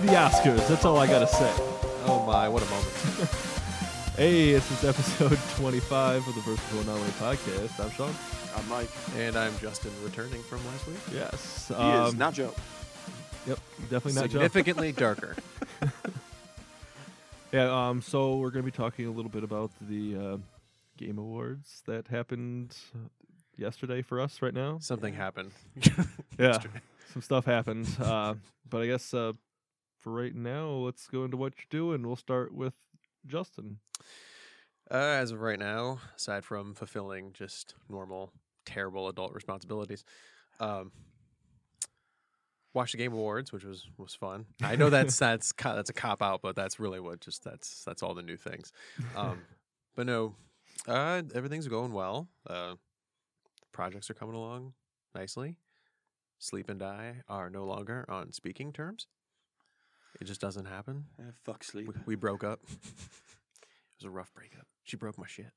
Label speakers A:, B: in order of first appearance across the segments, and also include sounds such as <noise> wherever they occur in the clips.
A: the Oscars. That's all I gotta say.
B: Oh my, what a moment.
A: <laughs> Hey, this is episode <laughs> 25 of the Versatile Anomaly podcast. I'm Sean.
C: I'm Mike.
B: And I'm Justin Um, returning from last week.
A: Yes.
C: He is not Joe.
A: Yep. Definitely not Joe.
B: Significantly darker.
A: Yeah. Um. So we're gonna be talking a little bit about the uh, Game Awards that happened yesterday for us. Right now.
B: Something happened.
A: <laughs> Yeah.
B: yesterday.
A: Some stuff happened. Uh, but I guess uh, for right now, let's go into what you're doing. We'll start with Justin. <laughs>
B: Uh, as of right now, aside from fulfilling just normal, terrible adult responsibilities, um, watched the Game Awards, which was was fun. I know that's that's co- that's a cop out, but that's really what just that's that's all the new things. Um, but no, uh, everything's going well. Uh, projects are coming along nicely. Sleep and I are no longer on speaking terms. It just doesn't happen.
C: Eh, fuck sleep. <laughs>
B: We, we broke up. <laughs> it was a rough breakup. She broke my shit.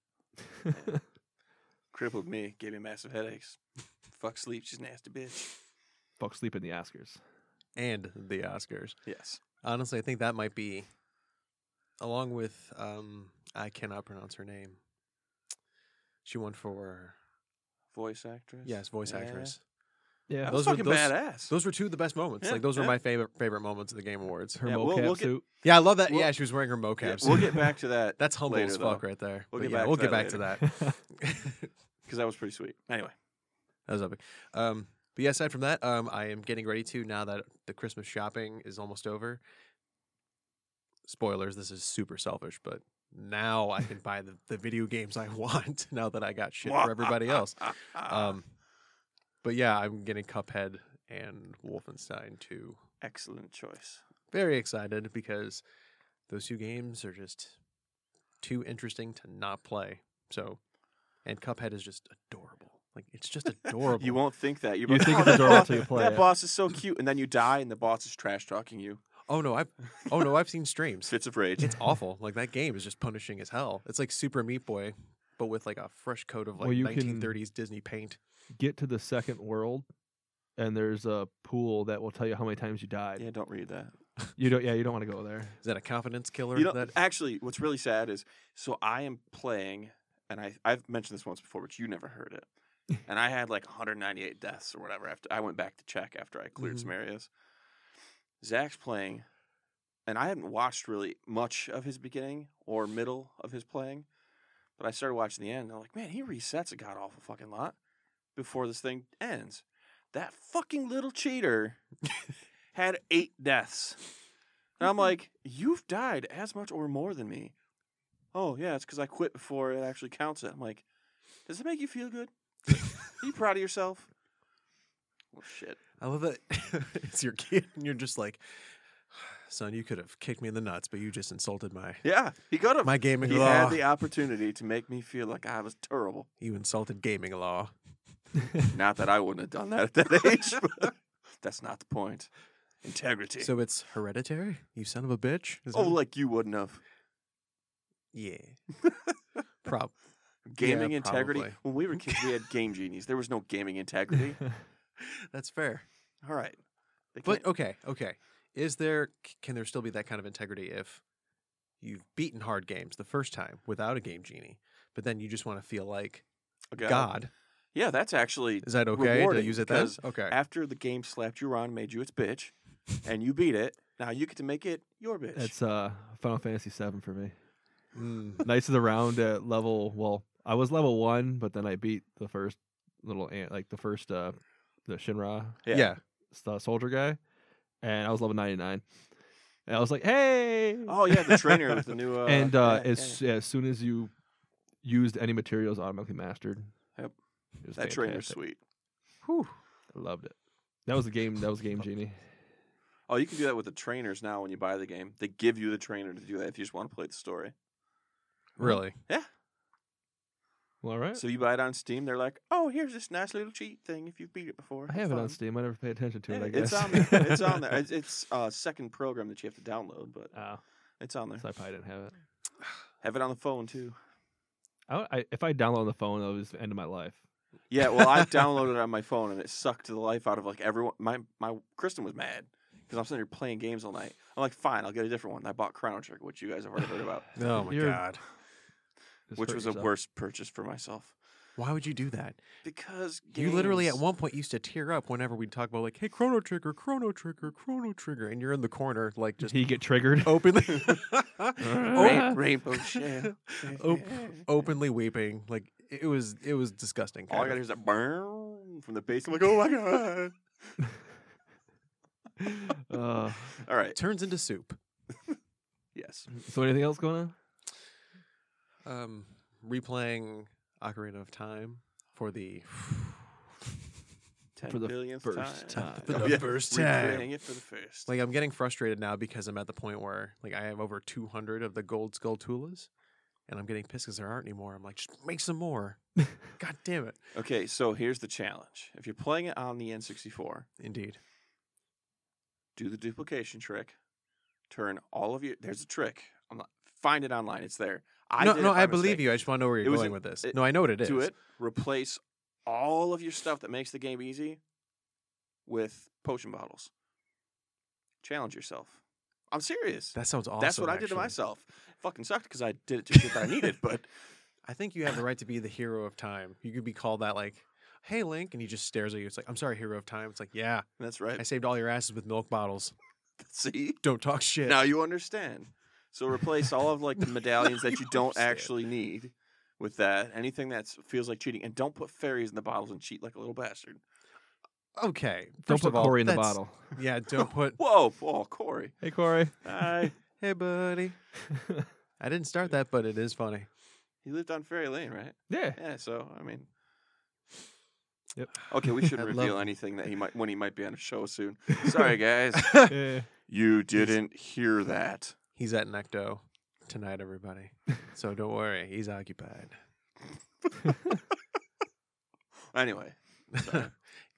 C: Crippled me. Gave me massive headaches. fuck sleep. She's a nasty bitch.
A: Fuck sleep in the Oscars.
B: and the Oscars.
C: Yes.
B: Honestly, I think that might be, along with um, I cannot pronounce her name. She won for
C: Voice actress.
B: yes, voice
C: Yeah.
B: actress.
A: Yeah.
C: That
B: Those
C: was
B: were-
C: fucking
B: those-
C: badass.
B: Those were two of the best moments.
C: Yeah,
B: like those were
C: yeah.
B: my favorite favorite moments of the Game Awards.
A: Her
C: Yeah,
A: mocap
C: we'll- we'll get-
A: suit.
B: yeah, I love that.
C: we'll-
B: yeah, she was wearing her
C: Yeah,
B: mocap.
C: we'll
B: suit.
C: get back to that
B: That's humble
C: later,
B: as fuck
C: though.
B: right there.
C: We'll
B: But
C: get
B: yeah,
C: back
B: we'll
C: to
B: get
C: that
B: back to that.
C: <laughs> because that was pretty sweet. Anyway,
B: That was epic. Um, but yeah, aside from that, um, I am getting ready to now that the Christmas shopping is almost over. Spoilers, this is super selfish, but now I can buy the, the video games I <laughs> want now that I got <laughs> shit for everybody else. Um, but yeah, I'm getting Cuphead and Wolfenstein 2.
C: excellent choice.
B: Very excited because those two games are just too interesting to not play. So, and Cuphead is just adorable. Like, it's just adorable.
C: You won't think that. You're
A: You
C: like,
A: think
C: <laughs> "Oh,
A: it's
C: that
A: adorable
C: boss-
A: till you play
C: That
A: it."
C: boss is so cute, and then you die, and the boss is trash talking you.
B: Oh no, I've oh no, I've
C: <laughs>
B: seen streams.
C: Fits of rage.
B: It's awful. Like that game is just punishing as hell. It's like Super Meat Boy, but with like a fresh coat of like
A: Well, you can-
B: 1930s Disney paint.
A: <laughs> Get to the second world, and there's a pool that will tell you how many times you died.
C: yeah, don't read that.
A: You don't. Yeah, you don't want to go there.
B: Is that a confidence killer?
C: You know,
B: that
C: actually, what's really sad is so I am playing, and I I've mentioned this once before, but you never heard it. And I had like 198 deaths or whatever. After I went back to check after I cleared some areas. Zach's playing, and I hadn't watched really much of his beginning or middle of his playing, but I started watching the end. And I'm like, man, he resets a god awful fucking lot before this thing ends. That fucking little cheater had eight deaths. And I'm like, you've died as much or more than me. Oh, yeah, it's because I quit before it actually counts it. I'm like, does that make you feel good? Are you proud of yourself? <laughs> Well, shit.
B: I love that <laughs> it's your kid, and you're just like, <sighs> son, you could have kicked me in the nuts, but you just insulted my
C: Yeah, he could have.
B: my gaming
C: <laughs> He
B: law.
C: had the opportunity to make me feel like I was terrible.
B: you insulted gaming law.
C: Not that I wouldn't have done that at that <laughs> age, but that's not the point. Integrity.
B: So it's hereditary. You son of a bitch. Is
C: oh,
B: that-
C: like you wouldn't have.
B: yeah.
C: <laughs>
B: Prob.
C: Gaming integrity.
B: probably.
C: When we were kids, we
B: <laughs>
C: had game genies. There was no
A: <laughs>
C: gaming integrity.
B: That's fair.
C: All right. They
B: But
C: can't-
B: okay, okay. Is there c- can there still be that kind of integrity if you've beaten hard games the first time without a game genie, but then you just want to feel like
C: okay.
B: oh, God?
C: Yeah, that's actually
B: Is that okay to
C: rewarding
B: use it then?
C: because
B: Okay.
C: after the game slapped you around, made you its bitch, and you beat it. Now you get to make it your bitch.
A: That's uh Final Fantasy VII for me.
B: Mm,
A: Knights of the Round at level. Well, I was level one, but then I beat the first little ant, like the first uh the Shinra
B: yeah.
A: uh, soldier guy, and I was level ninety nine, and I was like, hey.
C: Oh yeah, the
A: <laughs>
C: trainer with the new. Uh,
A: and uh,
C: yeah,
A: as
C: yeah,
A: as soon as you used any materials, automatically mastered.
C: Yep.
A: It was
C: yeah. that trainer's
A: fantastic.
C: sweet.
A: I loved it. That was the game. That was game genie.
C: Oh, you can do that with the trainers now when you buy the game. They give you the trainer to do that if you just want to play the story.
B: Really?
A: Well, all right.
C: So you buy it on Steam. They're like, oh, here's this nice little cheat thing if you've beat it before.
A: I
C: Have
A: have it
C: fun."
A: on Steam. I never pay attention to it.
C: Yeah,
A: I guess
C: it's
A: <laughs>
C: on there. It's on there. It's, it's a second program that you have to download, but
A: Oh,
C: it's on there.
A: so I probably didn't have it.
C: Have it on the phone too.
A: I, would- I, if I download on the phone, that was the end of my life.
C: Yeah, well, I downloaded it on my phone and it sucked the life out of like everyone. My my Kristen was mad because I'm sitting here playing games all night. I'm like, fine, I'll get a different one. I bought Chrono Trigger, which you guys have already heard about,
B: Oh my
A: You're-
B: god.
A: Just
C: which
A: hurt
C: was a
A: yourself.
C: worse purchase for myself
B: Why would you do that?
C: because
B: You literally at
C: games-
B: one point used to tear up whenever we'd talk about like, hey, Chrono Trigger, Chrono Trigger, Chrono Trigger, and you're in the corner like
A: Did
C: <laughs>
A: <laughs>
B: just
A: he get triggered?
B: openly
A: <laughs>
B: <laughs>
C: Rain-
B: Oh.
C: Rainbow Shell.
B: Oop. openly weeping. Like it was it was disgusting.
C: All I
B: kind
C: got
B: of.
C: is that burn from the bass. I'm like, oh my god. <laughs>
A: uh,
C: All right.
B: turns into soup.
C: Yes.
A: so anything else going on?
B: Um replaying Ocarina of Time for the <sighs>
C: Ten
A: For the
C: billionth Oh,
A: first
C: <laughs>
A: time. For
B: the first
C: Replaying
B: time.
C: it for the first.
B: like I'm getting frustrated now because I'm at the point where like I have over 200 of the gold skull tulas and I'm getting pissed because there aren't any more. I'm like just make some more. God damn it.
C: okay, so here's the challenge. If you're playing it on the N64,
B: Indeed.
C: do the duplication trick. Turn all of your. There's a trick. I'm not, find it online. It's there. I
B: no,
C: did
B: no,
C: it by
B: I believe
C: mistake.
B: you. I just want to know where you're
C: It was
B: going
C: a-
B: with this.
C: it-
B: no, I know what it is.
C: Do it. Replace all of your stuff that makes the game easy with potion bottles. Challenge yourself. I'm serious.
B: That sounds awesome.
C: That's what I did to
B: actually.
C: myself. Fucking sucked because I did it to shit that I needed,
B: <laughs>
C: but
B: I think you have the right to be the hero of time. You could be called that, like, "Hey, Link," and he just stares at you. It's like, "I'm sorry, hero of time." It's like, "Yeah,
C: that's right.
B: I saved all your asses with milk bottles.
C: <laughs> See?
B: Don't talk shit." <laughs>
C: Now you understand. So replace all of like the medallions
B: Now
C: that
B: you
C: you don't
B: understand.
C: actually need with that. Anything that feels like cheating. And don't put fairies in the bottles and cheat like a little bastard.
B: okay.
A: Don't
B: first
A: put
B: of all,
A: Corey in the
B: that's-
A: bottle. <laughs>
B: Yeah, don't put.
C: Whoa, whoa, Corey.
A: Hey,
C: <laughs>
A: Corey.
C: Hi.
B: hey, buddy. I didn't start that, but it is funny.
C: he lived on Fairy Lane, right? <laughs>
A: yeah.
C: Yeah, so I mean
A: Yep.
C: Okay, we shouldn't
B: <laughs> I love-
C: reveal anything that he might when he might be on a show soon.
B: <laughs>
C: Sorry guys.
A: yeah.
C: you didn't hear that.
B: He's at Necto tonight, everybody. So don't worry, he's occupied.
C: Anyway, Sorry.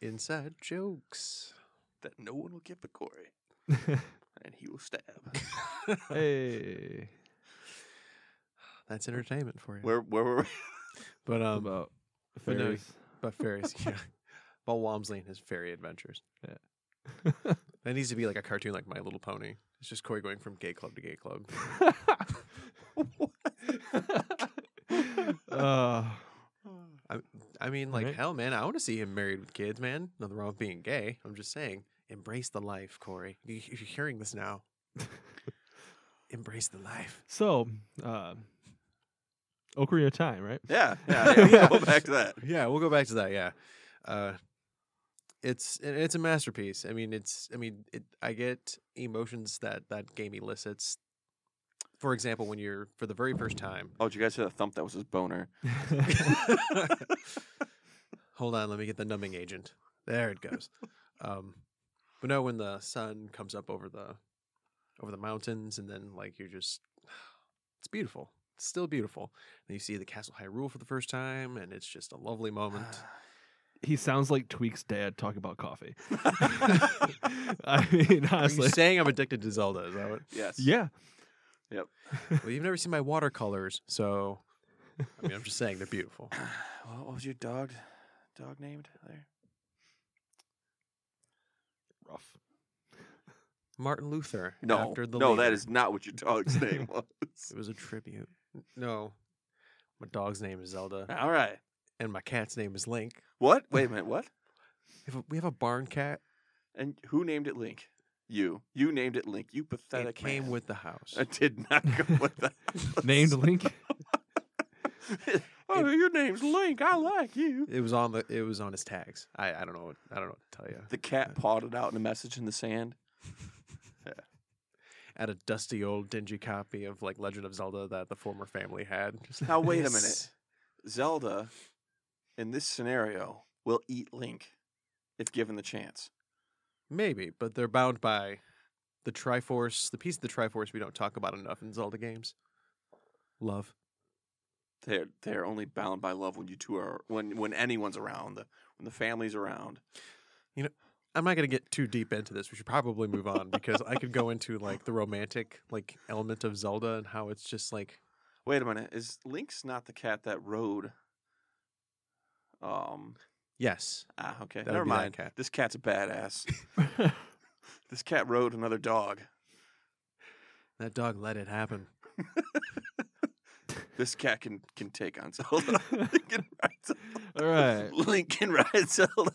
B: Inside
A: <laughs>
B: jokes.
C: that no one will get but Corey. And he will stab.
A: hey.
B: That's entertainment for you.
C: Where where were we?
B: But um,
A: about
B: but no,
A: fairies.
B: But
A: <laughs>
B: fairies, yeah. About Walmsley and his fairy adventures.
A: <laughs>
B: That needs to be like a cartoon like My Little Pony. It's just Corey going from gay club to gay club.
C: <laughs>
A: <laughs> uh,
B: <sighs> I, I mean, like,
A: Alright.
B: hell, man, I want to see him married with kids, man. Nothing wrong with being gay. I'm just saying, embrace the life, Corey. You- If you're hearing this <laughs> now, embrace the life.
A: so, uh, Ocarina of Time, <laughs> right?
C: Yeah,
B: <laughs>
C: yeah, yeah.
B: Yeah.
C: We'll go back to that.
B: Yeah, we'll go back to that. Yeah. Uh, it's and it's a masterpiece. I mean, it's I mean, it, I get emotions that that game elicits. For example, when you're for the very first time
C: Oh, did you guys hear the thump? That was his boner.
B: Hold on, let me get the numbing agent. There it goes.
C: <laughs>
B: Um, but no, when the sun comes up over the over the mountains, and then like you're just, it's beautiful. It's still beautiful. And you see the Castle Hyrule for the first time, and it's just a
C: <gasps>
B: lovely moment.
A: he sounds like Tweak's dad talking about coffee. <laughs> I mean,
B: Are you
A: <laughs> honestly.
B: saying I'm
C: <laughs>
B: addicted to Zelda? Is that what?
C: <laughs> yes.
A: Yeah.
B: Well, you've never seen my watercolors, so I mean, I'm just saying they're beautiful.
C: <sighs> What what was your dog dog named there?
A: Rough.
B: Martin Luther.
C: <laughs> No,
B: after the
C: no, that
B: leader.
C: is not what your dog's name <laughs> was.
B: <laughs> It was a tribute. No, my dog's name is Zelda.
C: All right.
B: and my cat's name is Link.
C: What? Wait a minute. What?
B: We have a, we have a barn cat.
C: And who named it Link? You. You named it Link. You pathetic.
B: it came
C: man. <laughs>
B: with the house.
C: I did not go with that.
A: Named <laughs> Link.
C: <laughs> oh, your name's Link. I like you.
B: It was on the. It was on his tags. I, I don't know. What, I don't know what to tell you.
C: The cat pawed it out in a message in the sand.
B: At a dusty old dingy copy of like Legend of Zelda that the former family had. <laughs> Just
C: Now, wait a minute.
B: this-
C: Zelda, in this scenario, will eat Link if given the chance.
B: Maybe, but they're bound by the Triforce. The piece of the Triforce we don't talk about enough in Zelda games. Love.
C: They're they're only bound by love when you two are when when anyone's around, the, when the family's around.
B: I'm not going to get too deep into this. We should probably move on because I
C: <laughs>
B: could go into like the romantic like element of Zelda and how it's just like
C: Wait a minute, is Link's not the cat that rode? Um.
B: yes,
C: Ah, okay.
B: That
C: ah,
B: would
C: Never
B: be that
C: mind.
B: cat. <laughs>
C: This cat's a badass. This cat rode another dog.
B: That dog let it happen.
C: This cat can can take
B: <laughs>
C: on Zelda. <laughs> Link can ride Zelda. <laughs>
A: All right.
C: Link can ride Zelda.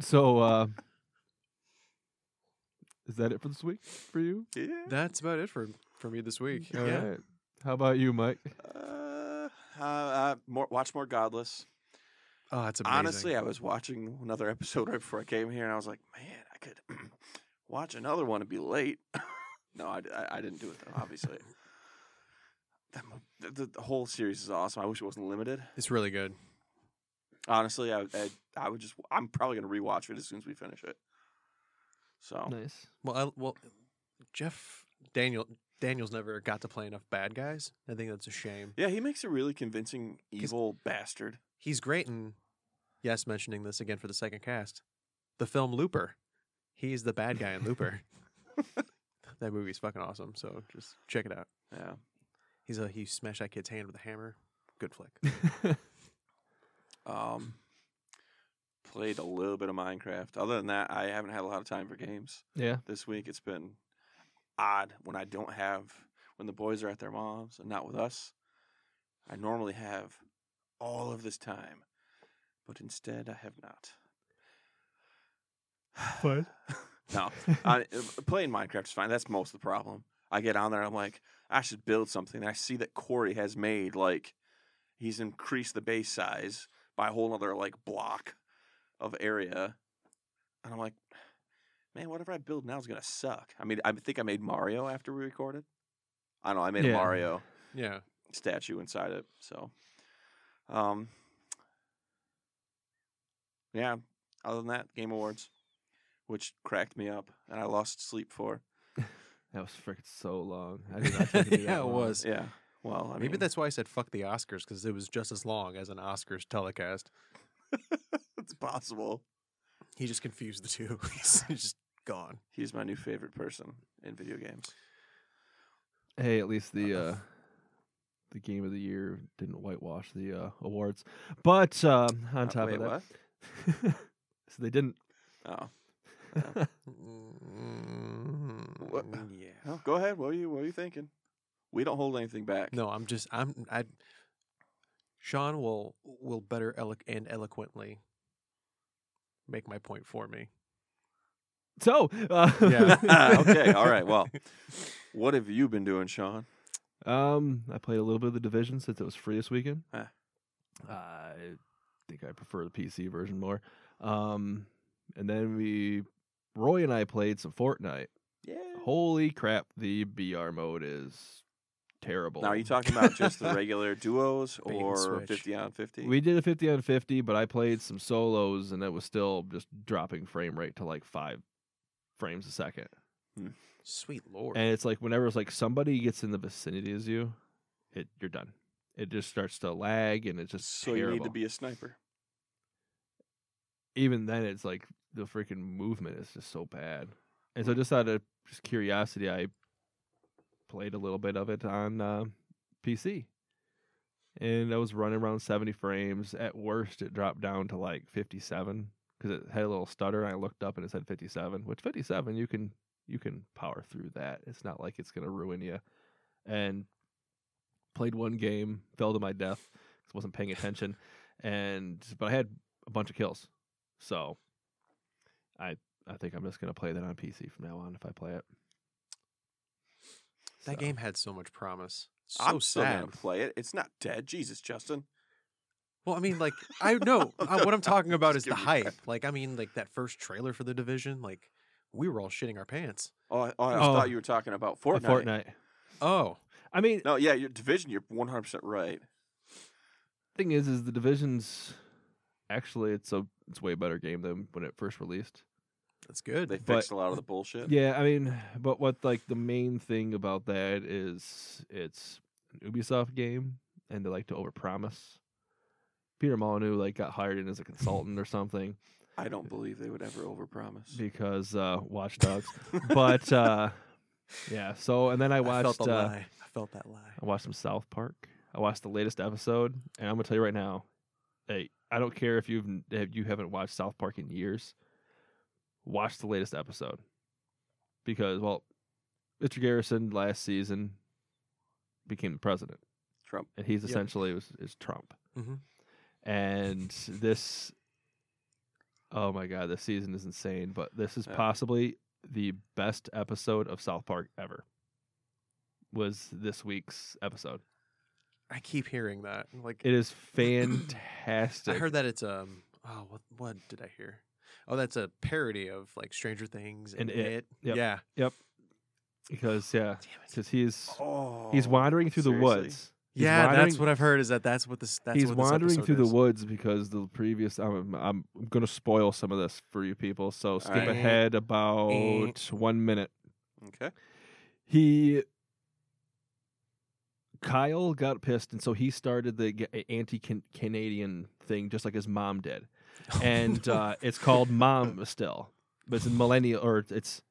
A: So, uh, is that it for this week for you?
C: Yeah.
B: That's about it for for me this week.
A: All right. How about you, Mike?
C: Uh, uh, uh, more watch more Godless.
B: Oh, that's amazing.
C: Honestly, I was watching another <laughs> episode right before I came here, and I was like, man, I could <clears throat> watch another one and be late. <laughs> no, I, I, I didn't do it though.
B: <laughs>
C: Obviously, That mo- the, the, the whole series is awesome. I wish it wasn't limited.
B: it's really good.
C: Honestly, I, I I would just I'm probably gonna rewatch it as soon as we finish it. So
A: Nice.
B: Well, I, well, Jeff Daniel Daniels never got to play enough bad guys. I think that's a shame.
C: yeah, he makes a really convincing
B: 'Cause-
C: evil bastard.
B: He's great in yes, mentioning this again for the second cast. The film Looper. He's the bad guy in Looper.
C: <laughs>
B: that movie's fucking awesome. So Oh, just check it out.
C: Yeah,
B: He's a he smashed that kid's hand with a hammer. Good flick.
C: um, played a little bit of Minecraft. Other than that, I haven't had a lot of time for games.
A: <laughs> yeah.
C: this week. It's been odd when I don't have when the boys are at their moms and not with us. I normally have all of this time, but instead I have not. <sighs>
A: What?
C: No, <laughs> I, playing Minecraft is fine. That's most of the problem. I get on there and I'm like, I should build something. And I see that Corey has made like he's increased the base size by a whole other like block of area. And I'm like, man, whatever I build now is gonna suck. I mean, I think I made Mario after we recorded. I don't know, I made
A: Yeah.
C: a Mario
B: Yeah.
C: statue inside it. So, um, yeah. Other than that, Game Awards, which cracked me up and I lost sleep for.
A: That was freaking so long. I did not think it'd be
B: <laughs> Yeah,
A: that
B: it
A: long.
B: was.
C: Yeah. Well, I mean,
B: Maybe that's why I said fuck the Oscars because it was just as long as an Oscars telecast.
C: that's possible.
B: He just confused the two. <laughs> He's just gone.
C: He's my new favorite person in video games.
A: Hey, at least the
B: Uh,
A: uh, the game of the year didn't whitewash the uh, awards. But uh, on
C: Uh,
A: top
C: wait,
A: of that, <laughs> so they didn't.
C: what? Oh,
B: What?
A: Mm,
B: Yeah.
C: No, go ahead. What were you What were you thinking? We don't hold anything back.
B: No, I'm just I'm I. Sean will will better elo- and eloquently make my point for me.
A: <laughs> So uh,
C: <laughs>
A: <laughs>
B: Yeah.
C: Ah, okay. All right.
B: <laughs>
C: Well, what have you been doing, Sean? <laughs>
A: Um, I played a little bit of the division since it was free this weekend.
C: Ah.
A: I think I prefer the PC version more. Um, and then we, Roy and I played some Fortnite.
C: Yeah.
A: Holy crap! The BR mode is terrible.
C: Now, are you talking about just
A: <laughs>
C: the regular duos
B: Bait and
C: or
B: switch.
C: 50 on 50?
A: We did a 50 on 50, but I played some solos and it was still just dropping frame rate to like five frames a second.
B: Sweet lord.
A: And it's like whenever it's like somebody gets in the vicinity as you, it you're done. It just starts to lag and it's just
C: so you
A: terrible.
C: need to be a sniper.
A: Even then, it's like the freaking movement is just so bad. And so just out of just curiosity, I played a little bit of it on uh, PC. And I was running around 70 frames. At worst, it dropped down to like 57 because it had a little stutter. And I looked up and it said 57, which 57 you can you can power through that. It's not like it's gonna ruin you. And played one game, fell to my death 'cause I wasn't paying attention. And but I had a bunch of kills, so I I think I'm just gonna play that on PC from now on if I play it.
B: that
A: So.
B: game had so much promise. So
C: I'm still
B: sad.
C: gonna play it. It's not dead. Jesus, Justin.
B: Well, I mean, like I
C: <laughs>
B: know I, what I'm talking about
C: Just
B: is the
C: give me
B: hype. Like I mean, like that first trailer for the division. Like we were all shitting our pants.
C: Oh, I, oh, I
A: Oh.
C: thought you were talking about
A: But
C: Fortnite.
A: Fortnite.
B: Oh,
A: I mean,
C: No, yeah, your division. You're 100 percent right.
A: thing is, is the divisions. Actually, it's a it's way better game than when it first released.
B: that's good.
C: They
A: But-
C: fixed a lot of the bullshit.
A: Yeah, I mean, but what like the main thing about that is it's an Ubisoft game, and they like to overpromise. Peter Molyneux like got hired in as a consultant or something
C: I don't believe they would ever overpromise.
A: because uh, Watch Dogs. but uh, yeah, so and then I watched
B: felt the
A: uh,
B: lie. I felt that lie.
A: I watched some South Park. I watched the latest episode, and I'm gonna tell you right now, hey, I don't care if you've if you haven't watched South Park in years. watch the latest episode because well, Mr. Garrison last season became the president,
C: Trump.
A: and he's
B: Yep.
A: essentially was is Trump,
B: Mhm.
A: and this. Oh my god, this season is insane! But this is
C: Yeah.
A: possibly the best episode of South Park ever. Was this week's episode?
B: I keep hearing that. Like
A: It
B: <clears throat>
A: is fantastic.
B: I heard that it's um oh what what did I hear? Oh, that's a parody of like Stranger Things and,
A: And It. Yep.
B: Yeah.
A: because yeah,
B: Damn it.
A: because he's
C: Oh,
A: he's wandering through the
C: seriously?
A: woods. He's
B: Yeah, that's
A: wandering-
B: what I've heard. Is that that's what this that's
A: he's
B: what this
A: wandering
B: episode
A: through the
B: is.
A: woods because the previous. I'm, I'm going to spoil some of this for you people, so skip
C: right.
A: ahead about one minute.
C: Okay.
A: He, Kyle got pissed, and so he started the g- anti-Canadian thing, just like his mom did, and uh, it's
B: <laughs>
A: called Mom still, but it's millennial or it's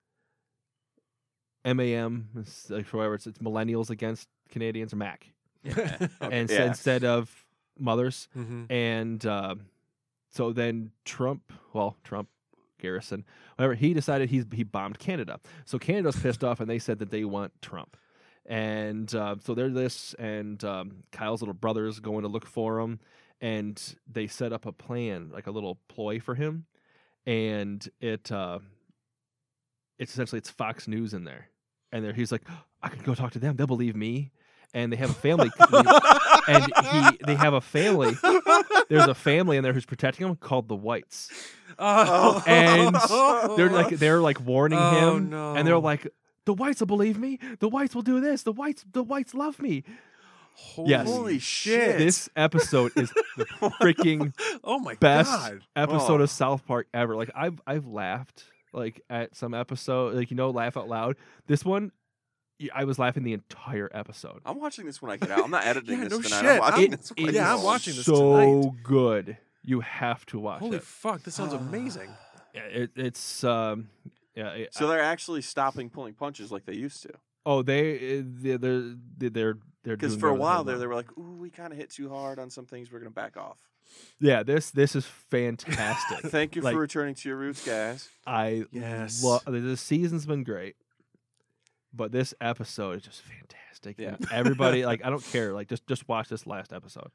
A: M A M. It's like whatever. It's, it's millennials against Canadians or MAC,
C: Yeah. Okay,
A: and so
C: yeah.
A: instead of mothers.
B: Mhm.
A: And uh, so then Trump, well, Trump, Garrison, whatever, he decided he's, he bombed Canada. So Canada's pissed off and they said that they want Trump. And uh, so they're this, and um, Kyle's little brother's going to look for him. And they set up a plan, like a little ploy for him. And it, uh, it's essentially it's Fox News in there. And there he's like, I can go talk to them. They'll believe me. And they have a family. and he, they have a family there's a family in there who's protecting him called the Whites.
B: <laughs> Oh.
A: And They're like they're like warning
B: Oh,
A: him,
B: no.
A: and they're like, "The Whites will believe me. The Whites will do this. The Whites, the Whites love me."
B: Holy
A: Yes.
C: Holy shit.
A: This episode is the freaking
B: <laughs> Oh my
A: best
B: god.
A: episode
C: Oh.
A: of South Park ever. Like I've I've laughed like at some episode, like you know, laugh out loud. This one, y- I was laughing the entire episode.
B: Oh,
C: I'm watching this when I get out. I'm not editing
B: <laughs> Yeah,
C: this tonight.
B: no shit.
C: I'm watching
B: It
C: this
A: It
C: when
B: is Yeah,
C: I
A: is
C: get
B: I'm
C: home. <gasps>
B: watching this
A: So
B: tonight.
A: good, you have to watch
B: Holy
A: it.
B: fuck, this sounds amazing.
A: <sighs> Yeah, it. It's um, yeah. it-
C: So they're actually stopping pulling punches like they used to.
A: Oh, they uh, they're they're they're they're
C: Because
A: doing
C: for a
A: their own
C: while there,
A: thing.
C: they were like, "Ooh, we kind of hit too hard on some things. We're gonna back off."
B: <laughs>
A: yeah this this is
C: <laughs>
A: fantastic.
C: Thank you
A: Like-
C: for returning to your roots, guys.
A: I
B: Yes.
A: love the season's been great, but this episode is just fantastic.
C: Yeah. <laughs>
A: And everybody like I don't care like just just watch this last episode.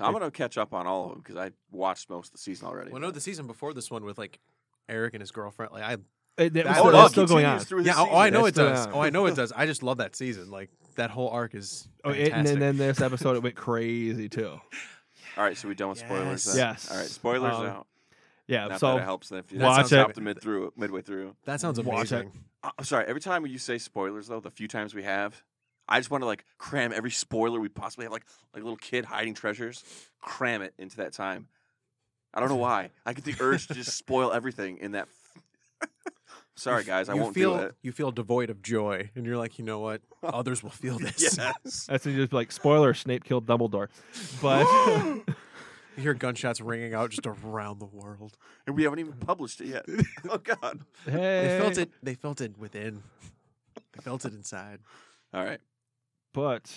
C: I'm gonna catch up on all of them because I watched most of the season already.
B: Well, no, the season before this one with like Eric and his girlfriend. Like I
A: It, it was
B: That-
A: still,
B: Oh,
A: that's
B: it
A: still going on.
B: yeah, oh, I know
A: That's
B: it
A: still
B: does.
A: on.
B: Oh, I know it does. I just love that season. Like that whole arc is
A: Oh, it,
B: fantastic.
A: and then, then
C: <laughs>
A: this episode it went crazy too.
C: All right, so we done with spoilers. Then.
A: Yes.
C: All right, spoilers
A: Um,
C: out.
A: Yeah,
C: Not
A: so
C: that it helps if you
A: watch
C: stop
A: it.
C: the mid through midway through.
B: that sounds
A: Watch it.
B: amazing.
C: Uh, I'm sorry. Every time you say spoilers, though, the few times we have, I just want to like cram every spoiler we possibly have, like like a little kid hiding treasures, cram it into that time. I don't know why. I get the urge to just spoil everything in that. sorry,
B: You f-
C: guys. I
B: you
C: won't
B: feel,
C: do
B: <laughs>
C: it.
B: You feel devoid of joy, and you're like, you
C: <laughs>
B: know what? Others will feel this.
C: Yes.
A: that's just like spoiler Snape killed
C: <gasps>
A: Dumbledore, but
B: <laughs>
A: <laughs>
B: You hear gunshots ringing out just around the world.
C: and we haven't even published it yet. oh God.
A: hey,
B: They felt it. They felt it within. They felt it inside.
C: All right.
A: but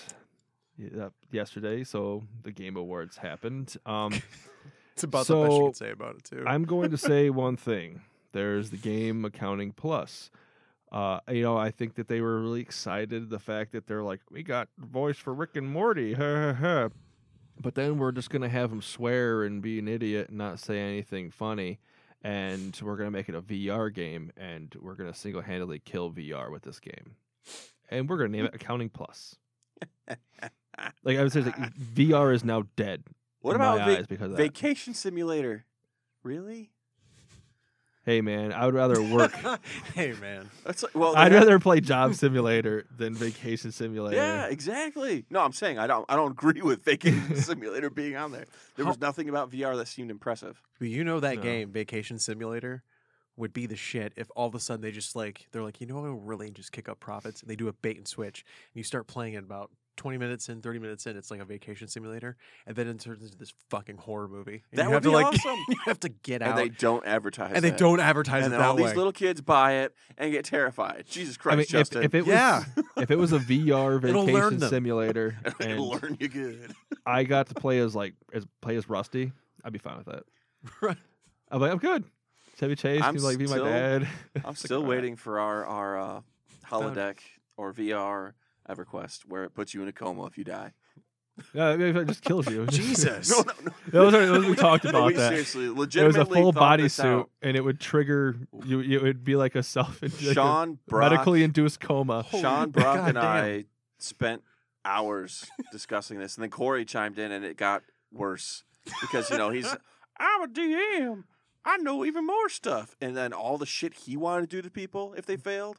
A: yeah, yesterday, so the Game Awards happened. Um,
B: It's about the best you
A: So,
B: can say about it too. <laughs>
A: I'm going to
C: <laughs>
A: say one thing. There's the Game Accounting Plus. Uh, you know, I think that they were really excited the fact that they're like, we got the voice for Rick and Morty, <laughs> ha ha ha. But then we're just gonna have him swear and be an idiot and not say anything funny, and we're gonna make it a VR game, and we're gonna single-handedly kill VR with this game, and we're gonna name it Accounting
C: <laughs>
A: Plus. like I was saying, like, VR is now dead.
C: What
A: in Oh, my
C: about va-
A: eyes because of that.
C: Vacation Simulator? Really?
A: Hey man, I would rather work
B: hey man,
C: That's like, well, they
A: I'd
C: have-
A: rather play Job Simulator than Vacation Simulator.
C: Yeah, exactly. No, I'm saying I don't. I don't agree with
A: <laughs>
C: Vacation Simulator being on there. There was nothing about VR that seemed impressive.
B: But you know that
A: No.
B: game, Vacation Simulator, would be the shit if all of a sudden they just like they're like, you know what, will really just kick up profits, and they do a bait and switch, and you start playing it about. 20 minutes in, 30 minutes in, it's like a vacation simulator, and then it turns into this fucking horror movie. And
C: That
B: you
C: would
B: have
C: be
B: to, like,
C: awesome.
B: <laughs> you have to get
C: And
B: out.
C: they don't advertise.
B: and they
C: that.
B: don't advertise
C: And
B: it
C: then
B: that
C: all
B: way.
C: these little kids buy it and get terrified. Jesus Christ,
A: I mean, if,
C: Justin! <laughs>
A: if it was
B: Yeah.
A: <laughs> if it was a VR
B: It'll learn
A: Vacation
B: them.
A: Simulator, and
C: <laughs> It'll learn you good.
A: <laughs> I
C: <laughs>
A: got to play as like as play as Rusty, I'd be fine with that.
B: Right.
A: I'm like, I'm good. Chevy Chase
C: I'm
A: can like be my
C: still-
A: dad.
C: <laughs> I'm
A: <laughs> It's like,
C: still
A: all right.
C: waiting for our our uh, holodeck or VR EverQuest where it puts you in a coma if you die. <laughs>
A: Yeah, I mean, it just kills you.
B: <laughs> Jesus.
C: No, no, no.
A: <laughs> Those are- those- we talked
C: <laughs>
A: about
C: we
A: that.
C: Seriously,
A: it was
C: legitimately,
A: a full
C: thought
A: body
C: this
A: suit,
C: out.
A: and it would trigger you. It would be like a self <laughs> like
C: Sean
A: a
C: Brock,
A: medically induced coma.
C: Sean Brock
B: God
C: and
B: damn.
C: I spent hours discussing this, and then Corey chimed in, and it got worse because you know
B: <laughs>
C: he's I'm a DM. I know even more stuff, and then all the shit he wanted to do to people if they failed.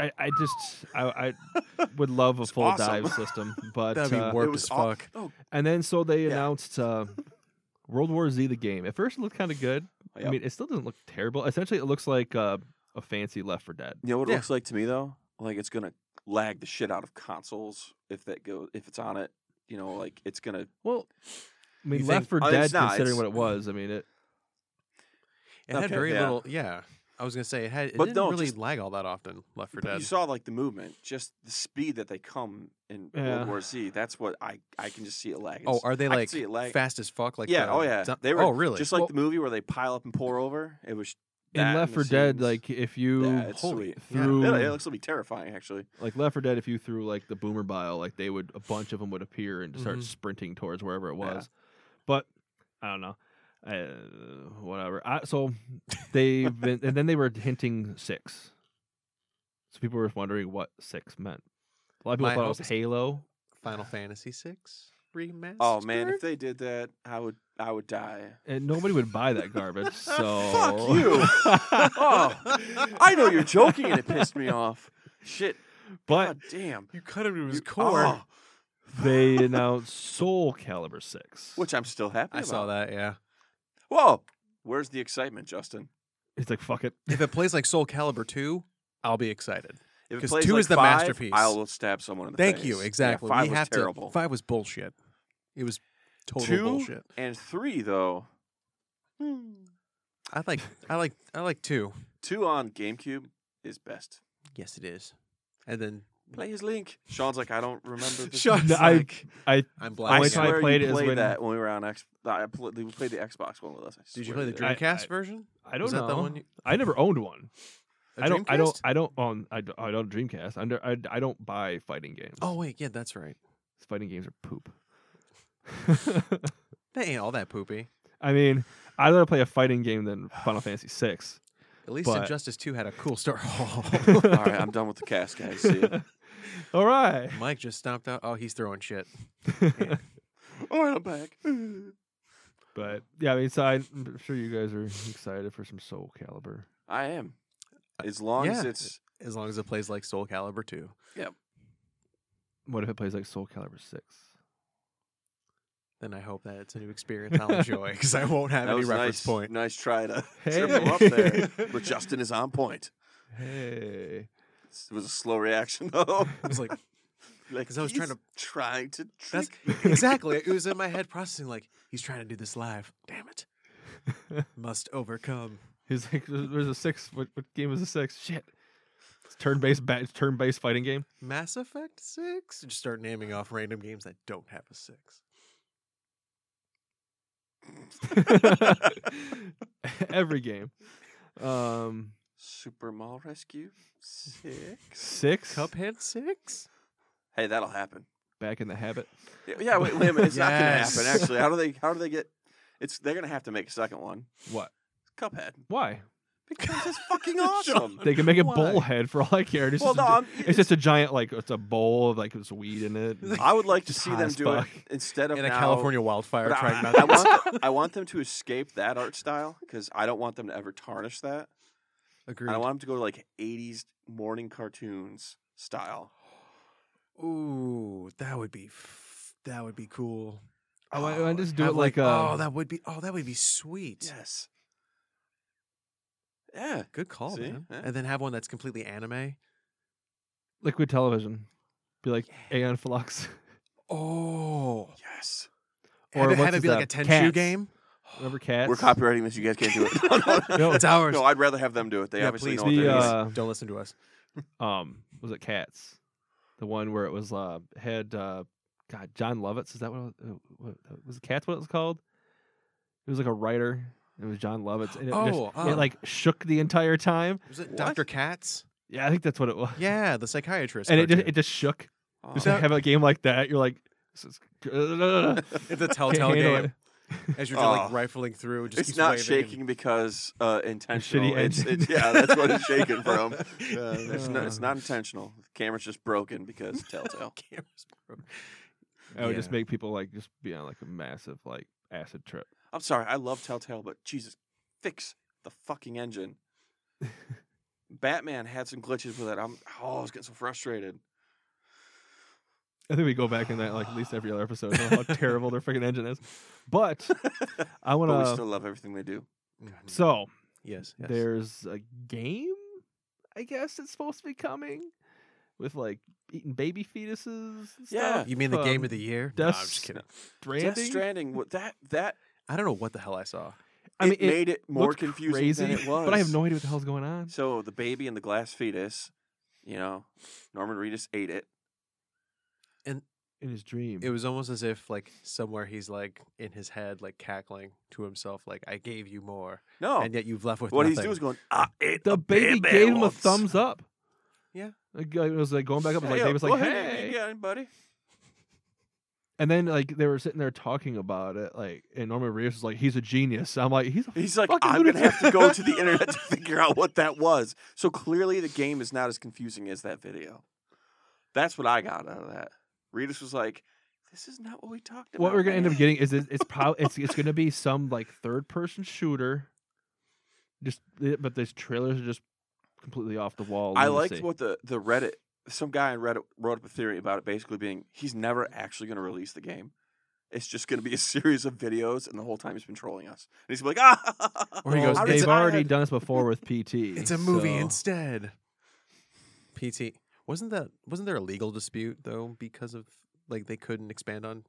A: I, I just I,
C: <laughs>
A: I would love a
C: It's
A: full
C: awesome.
A: dive
C: <laughs>
A: system, but
B: That'd be
A: uh,
B: warped
C: it was
B: as
C: aw-
B: fuck.
C: Oh,
A: and then so they
C: Yeah.
A: announced uh, World War Z the game. At first, it looked kind of good. I
C: Yep.
A: mean, it still doesn't look terrible. Essentially, it looks like uh, a fancy Left for Dead.
C: You know what it
B: Yeah.
C: looks like to me though? Like it's gonna lag the shit out of consoles if that go if it's on it. You know, like it's gonna
A: Well, I mean,
B: You
A: Left
B: think-
A: for
C: Oh, it's
A: Dead,
C: not,
A: considering
C: it's-
A: what it was. I mean, it
B: It had
C: Okay,
B: very
C: yeah.
B: little. Yeah, I was gonna say it had. It
C: But
B: didn't
C: no,
B: really
C: just-
B: lag all that often. Left for
C: but
B: Dead.
C: you saw like the movement, just the speed that they come in
A: Yeah.
C: World War Z. That's what I I can just see it lagging.
B: oh, are they
C: I can
B: like
C: see it lag-
B: fast as fuck? Like
C: yeah,
B: the
C: oh yeah.
B: zo-
C: They were
B: oh really?
C: just like
A: Well-
C: the movie where they pile up and pour over. It was that
A: in
C: and
A: Left
C: the
A: for Dead,
C: scenes.
A: like if you
C: Yeah, it's
A: holy
C: sweet.
B: Yeah.
A: threw
C: Yeah, it looks to be terrifying actually.
A: like Left for Dead, if you threw like the boomer bile, like they would a bunch of them would appear and just start
B: Mhm.
A: sprinting towards wherever it
C: Mm-hmm. Yeah.
A: was. But I don't know, uh, whatever. I, so they've been, and then they were hinting six. So people were wondering what six meant. A lot of people
B: My
A: thought it
B: hope
A: was
B: is-
A: Halo.
B: Final Fantasy Six remastered.
C: Oh man, if they did that, I would I would die.
B: <laughs>
A: And nobody would buy that
C: <laughs>
A: garbage. So
C: Fuck
A: <laughs>
C: you. Oh, I know you're joking and it pissed me off.
B: <laughs>
C: Shit.
A: But
C: God damn.
B: you cut him to his
C: You-
B: core.
C: oh,
A: they announced Soul Calibur six,
C: which I'm still happy
B: I saw that. Yeah.
C: Whoa. Where's the excitement, Justin?
A: it's like fuck it.
B: If it plays like Soul Calibur Two, I'll
C: <laughs>
B: be excited.
C: If it
B: 'Cause
C: plays
B: two
C: like
B: is the
C: five,
B: masterpiece.
C: I will stab someone in the
B: Thank
C: face.
B: you.
C: Yeah,
B: Exactly.
C: five
B: we
C: was
B: have
C: terrible.
B: to. Five was bullshit. It was total
C: Two?
B: bullshit.
C: And three, though.
B: I like. I like. I like two.
C: Two on GameCube is best.
B: Yes, it is. And then
C: Play as Link. Sean's like, I don't remember this.
B: Sean's
A: No, I-
B: like,
A: I-
B: I'm
A: I
C: I
A: only
B: black.
A: time I
C: swear
A: played it
C: you
A: is
C: played
A: when-
C: that when we were on X. I pl- we played the Xbox one with us. I
B: Did you
C: swear
B: play
C: we
B: the
A: I-
B: Dreamcast
A: I-
B: version?
A: I don't
B: Was
A: know.
B: that the one you-
A: I never owned one.
B: A
A: I don't. I
B: Dreamcast?
A: don't. I don't own. I don't, I don't Dreamcast. I, don't- I, I don't buy fighting games.
B: Oh wait, yeah, that's right.
A: fighting games are poop. <laughs>
B: That ain't all that poopy.
A: I mean, I'd rather play a fighting game than Final Fantasy Six.
B: At least
A: But-
B: Injustice 2 had a
A: <laughs>
B: cool story.
C: <sighs> All right, I'm done with the cast, guys. See ya.
A: All right.
B: <laughs> Mike just stomped out. Oh, he's throwing shit.
C: All right, I'm
B: <laughs>
C: back.
A: <laughs> But yeah, I mean, so I'm sure you guys are excited for some Soul Calibur.
C: I am. As long as
B: yeah.
C: it's
B: As long as it plays like Soul Calibur 2.
A: What if it plays like Soul Calibur Six?
B: Then I hope that it's a new experience
C: <laughs>
B: I'll enjoy because I won't have
C: that
B: any
C: was nice,
B: reference point.
C: Nice try
B: <laughs>
C: to
A: Hey.
C: triple up there, but Justin is on point.
A: Hey.
C: It was a slow reaction <laughs>
B: <laughs>
C: though.
B: I was like,
C: like
B: 'Cause I was trying
C: "He's
B: to-
C: trying to
B: that's
C: trick
B: <laughs>
C: me."
B: exactly. It was in my head processing, like, he's trying to do this live. Damn
C: <laughs>
B: it. Must overcome.
A: <laughs> He's like, "There- there's a six. What, what game is a six? Shit. It's turn-based, ba- turn-based fighting game.
B: Mass Effect 6? Just start naming off random games that don't have a 6.
A: <laughs> Every game. Um,
C: Super Mall Rescue
B: <laughs>
C: Six.
A: six.
B: Cuphead 6?
C: Hey, that'll happen.
A: Back in the habit.
C: Yeah, Yeah, wait, wait a minute. It's not gonna happen.
B: Yes.
C: Actually, how do they? How do they get? It's they're gonna have to make a second one.
A: What?
C: Cuphead
A: Why?
C: because
A: <laughs>
C: it's fucking awesome.
A: They can make a
B: Why?
A: bullhead for all I care. It's,
C: well,
A: just,
C: no,
A: a-
C: I'm,
A: it's just a giant like it's a bowl of like this weed in it. Oh, and-
C: I would like to
A: just
C: see
A: hot
C: them
A: as
C: do
A: fuck.
C: it instead of
B: In a
C: now-
B: California
C: <laughs>
B: wildfire
C: But
B: trying
C: I,
B: not
C: I
B: to
C: want th- I want them to escape that art style because I don't want them to ever tarnish that.
B: <laughs> Agreed.
C: I want them to go to like '80s morning cartoons style.
B: Ooh, that would be f- that would be cool.
A: I want- Oh, I want to just do
B: Oh, have
A: it like, uh,
B: oh, that would be oh, that would be sweet.
C: Yes. Yeah.
B: Good call,
C: See?
B: man.
C: Yeah.
B: And then have one that's completely anime.
A: Liquid television. Be like Aeon Flux. <laughs>
B: Oh,
C: Yes.
A: Or
B: or have it,
A: what's
B: have it
A: his
B: be like a
A: name?
B: Tenchu
A: Cats.
B: game.
A: Remember cats?
C: We're copywriting this. You guys can't do
B: <laughs>
C: it. No, no,
A: No,
C: no,
B: It's
C: <laughs>
B: ours.
C: No, I'd rather have them do it. They
B: yeah,
C: obviously
B: please,
C: know what
A: The,
C: they're
A: uh,
C: doing.
B: please, don't listen to us.
A: um was it cats the one where it was uh had uh god john lovitz is that what, it was, uh, what was it cats what it was called it was like a writer It was John Lovitz, and it, just-
B: oh,
A: it
B: um,
A: like shook the entire time.
B: was it
C: What?
B: Dr. Katz?
A: Yeah, I think that's what it was.
B: Yeah, the psychiatrist.
A: and it just,
B: cartoon.
A: it just shook.
C: Oh.
A: Just to
C: <laughs>
A: have a game like that, you're like, this is <laughs> good. <laughs>
B: it's a telltale
A: handle
B: game. As you're just
C: Oh.
B: like rifling through, it just
C: it's
B: keeps
C: not
B: waving
C: shaking because uh, intentional. It's,
A: engine.
B: and-
C: it's, yeah, that's what it's
B: <laughs>
A: <laughs>
C: shaking from. Uh,
B: Yeah.
C: there's no, it's
A: Uh.
C: not intentional. The camera's just broken because
A: <laughs>
C: Telltale.
B: <laughs> Cameras broke.
A: I would just
B: Yeah.
A: make people like just be on like a massive like acid trip.
C: I'm sorry, I love Telltale, but Jesus, fix the fucking engine. Batman had some glitches with it. I'm oh, I was getting
A: <laughs>
C: so frustrated.
A: I think we go back in that like at least every other episode about how terrible their freaking engine is. But I
C: But
A: want
C: we
A: to.
C: still love everything they do.
B: Mhm.
A: So
B: yes, yes.
A: there's a game, I guess it's supposed to be coming with like eating baby fetuses. And
C: Yeah.
A: stuff.
B: You mean the game of the
A: um,
B: year? no, I'm just
A: Dust-
B: kidding.
A: Stranding.
C: Death Stranding, what that that
B: I don't know what the hell I saw.
A: I mean,
C: it, made it more
A: looked
C: confusing
A: crazy,
C: than it
A: <laughs>
C: was.
A: but I have no idea what the hell's going on.
C: So the baby and the glass fetus, you know, Norman Reedus ate it.
A: In his dream,
B: It was almost as if like somewhere he's like in his head, like cackling to himself, like "I gave you more,
C: No,
B: and yet you've left with
C: Oh. what
B: nothing."
C: he's doing is going. "Ah, I ate
A: the
C: a
A: baby gave him a
C: once."
A: thumbs up.
B: Yeah.
A: Like, it was like going back up. It was like
C: Hey,
A: they was
C: go
A: like,
C: ahead,
A: hey,
C: you got it, buddy.
A: And then like they were sitting there talking about it, like and Norman Reedus was like, "He's a genius." I'm like, "He's a
C: He's like,
A: Fucking
C: I'm gonna
A: lunatic."
C: have to
A: <laughs>
C: go to the internet to figure out what that was. So clearly, the game is not as confusing as that video. That's what I got out of that. Reedus was like, "This is not what we talked about."
A: what we're gonna end
C: man."
A: up getting is it,
C: <laughs>
A: it's probably it's it's gonna be some like third person shooter. Just eh, but these trailers are just completely off the wall.
C: I liked
A: lunacy.
C: what the the Reddit some guy in Reddit wrote up a theory about it, basically being he's never actually going to release the game. It's just going to be a series of videos, and the whole time he's been trolling us. And he's like, <laughs> ah,
B: Or he
A: Well,
B: goes,
C: How did
A: they've
C: I
A: already
C: have-
A: done this before with PT.
B: It's a
A: so-
B: movie instead. PT wasn't that wasn't there a legal dispute though because of like they couldn't expand on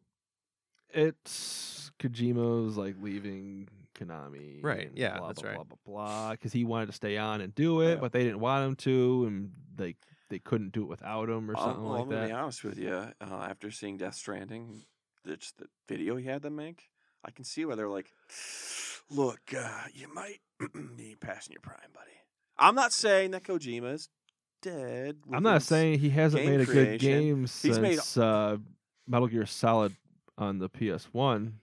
A: It's Kojima's like leaving Konami.
B: Right,
A: and
B: yeah,
A: blah,
B: that's
A: blah,
B: right.
A: Blah blah blah, because he wanted to stay on and do it,
B: Yeah.
A: but they didn't want him to, and they they couldn't do it without him or
C: Um,
A: something
C: well,
A: like
C: I'm
A: that.
C: gonna be honest with you. Uh, after seeing Death Stranding, it's the video he had them make. I can see where they're like, "Look, uh, you might <clears throat> be passing your prime, buddy." I'm not saying that Kojima is dead.
A: I'm
C: with
A: not
C: his-
A: saying he hasn't
C: game
A: made a good
C: creation.
A: game since
C: made-
A: uh, Metal Gear Solid on the PS1,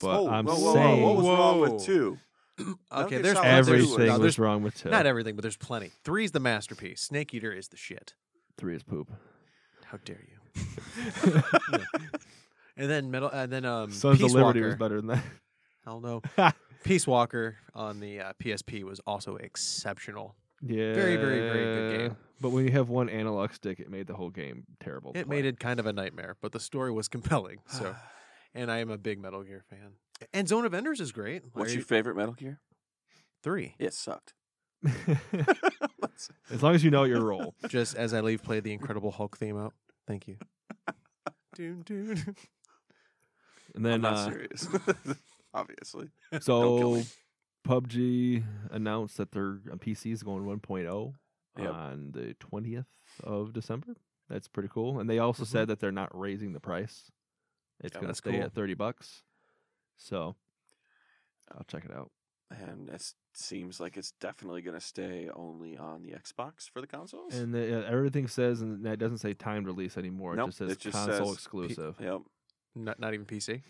A: but
C: Oh,
A: I'm
C: whoa, whoa,
A: saying
C: whoa, what was wrong with
A: <sighs>
B: Whoa.
C: two?
B: okay
C: Gear Solid
B: there's pl- there's-
C: two
A: everything
B: no,
A: was
B: there's
A: wrong with two.
B: not everything but there's plenty three's the masterpiece snake eater is the shit
A: Three is <laughs> poop.
B: how dare you and then metal and then um
A: Sons
B: peace
A: of Liberty
B: walker
A: was better than
B: hell no
A: <laughs> that.
B: peace walker on the uh, psp was also exceptional
A: yeah,
B: very, very good game.
A: But when you have one analog stick, it made the whole game terrible. to
B: it <laughs>
A: play. <laughs>
B: made it kind of a nightmare but the story was <laughs> compelling so <sighs> and i am a big metal gear fan and zone of enders is great
C: What's
B: Larry-
C: your favorite Metal Gear?
B: three
C: It sucked.
A: as long as you know your role.
B: just as I leave, play the Incredible Hulk theme out.
C: <laughs>
B: Thank you. Doom, doom.
A: And
C: I'm
A: then
C: not
A: uh, <laughs>
C: serious. <laughs> Obviously.
B: <laughs>
C: kill
A: so
C: me.
A: PUBG announced that their PC is going 1.0
C: Yep.
A: on the 20th of December. That's pretty cool. And they also said that they're not raising the price. It's
B: Mm-hmm. Yeah,
A: going to
B: that's
A: stay
B: cool.
A: at 30 bucks. So I'll check it out.
C: And it seems like it's definitely going to stay only on the Xbox for the consoles.
A: And the, uh, everything says, and that doesn't say timed release anymore. it
C: Nope,
A: just says
C: it just
A: console
C: says P-
A: exclusive.
C: yep.
B: Not, not even PC.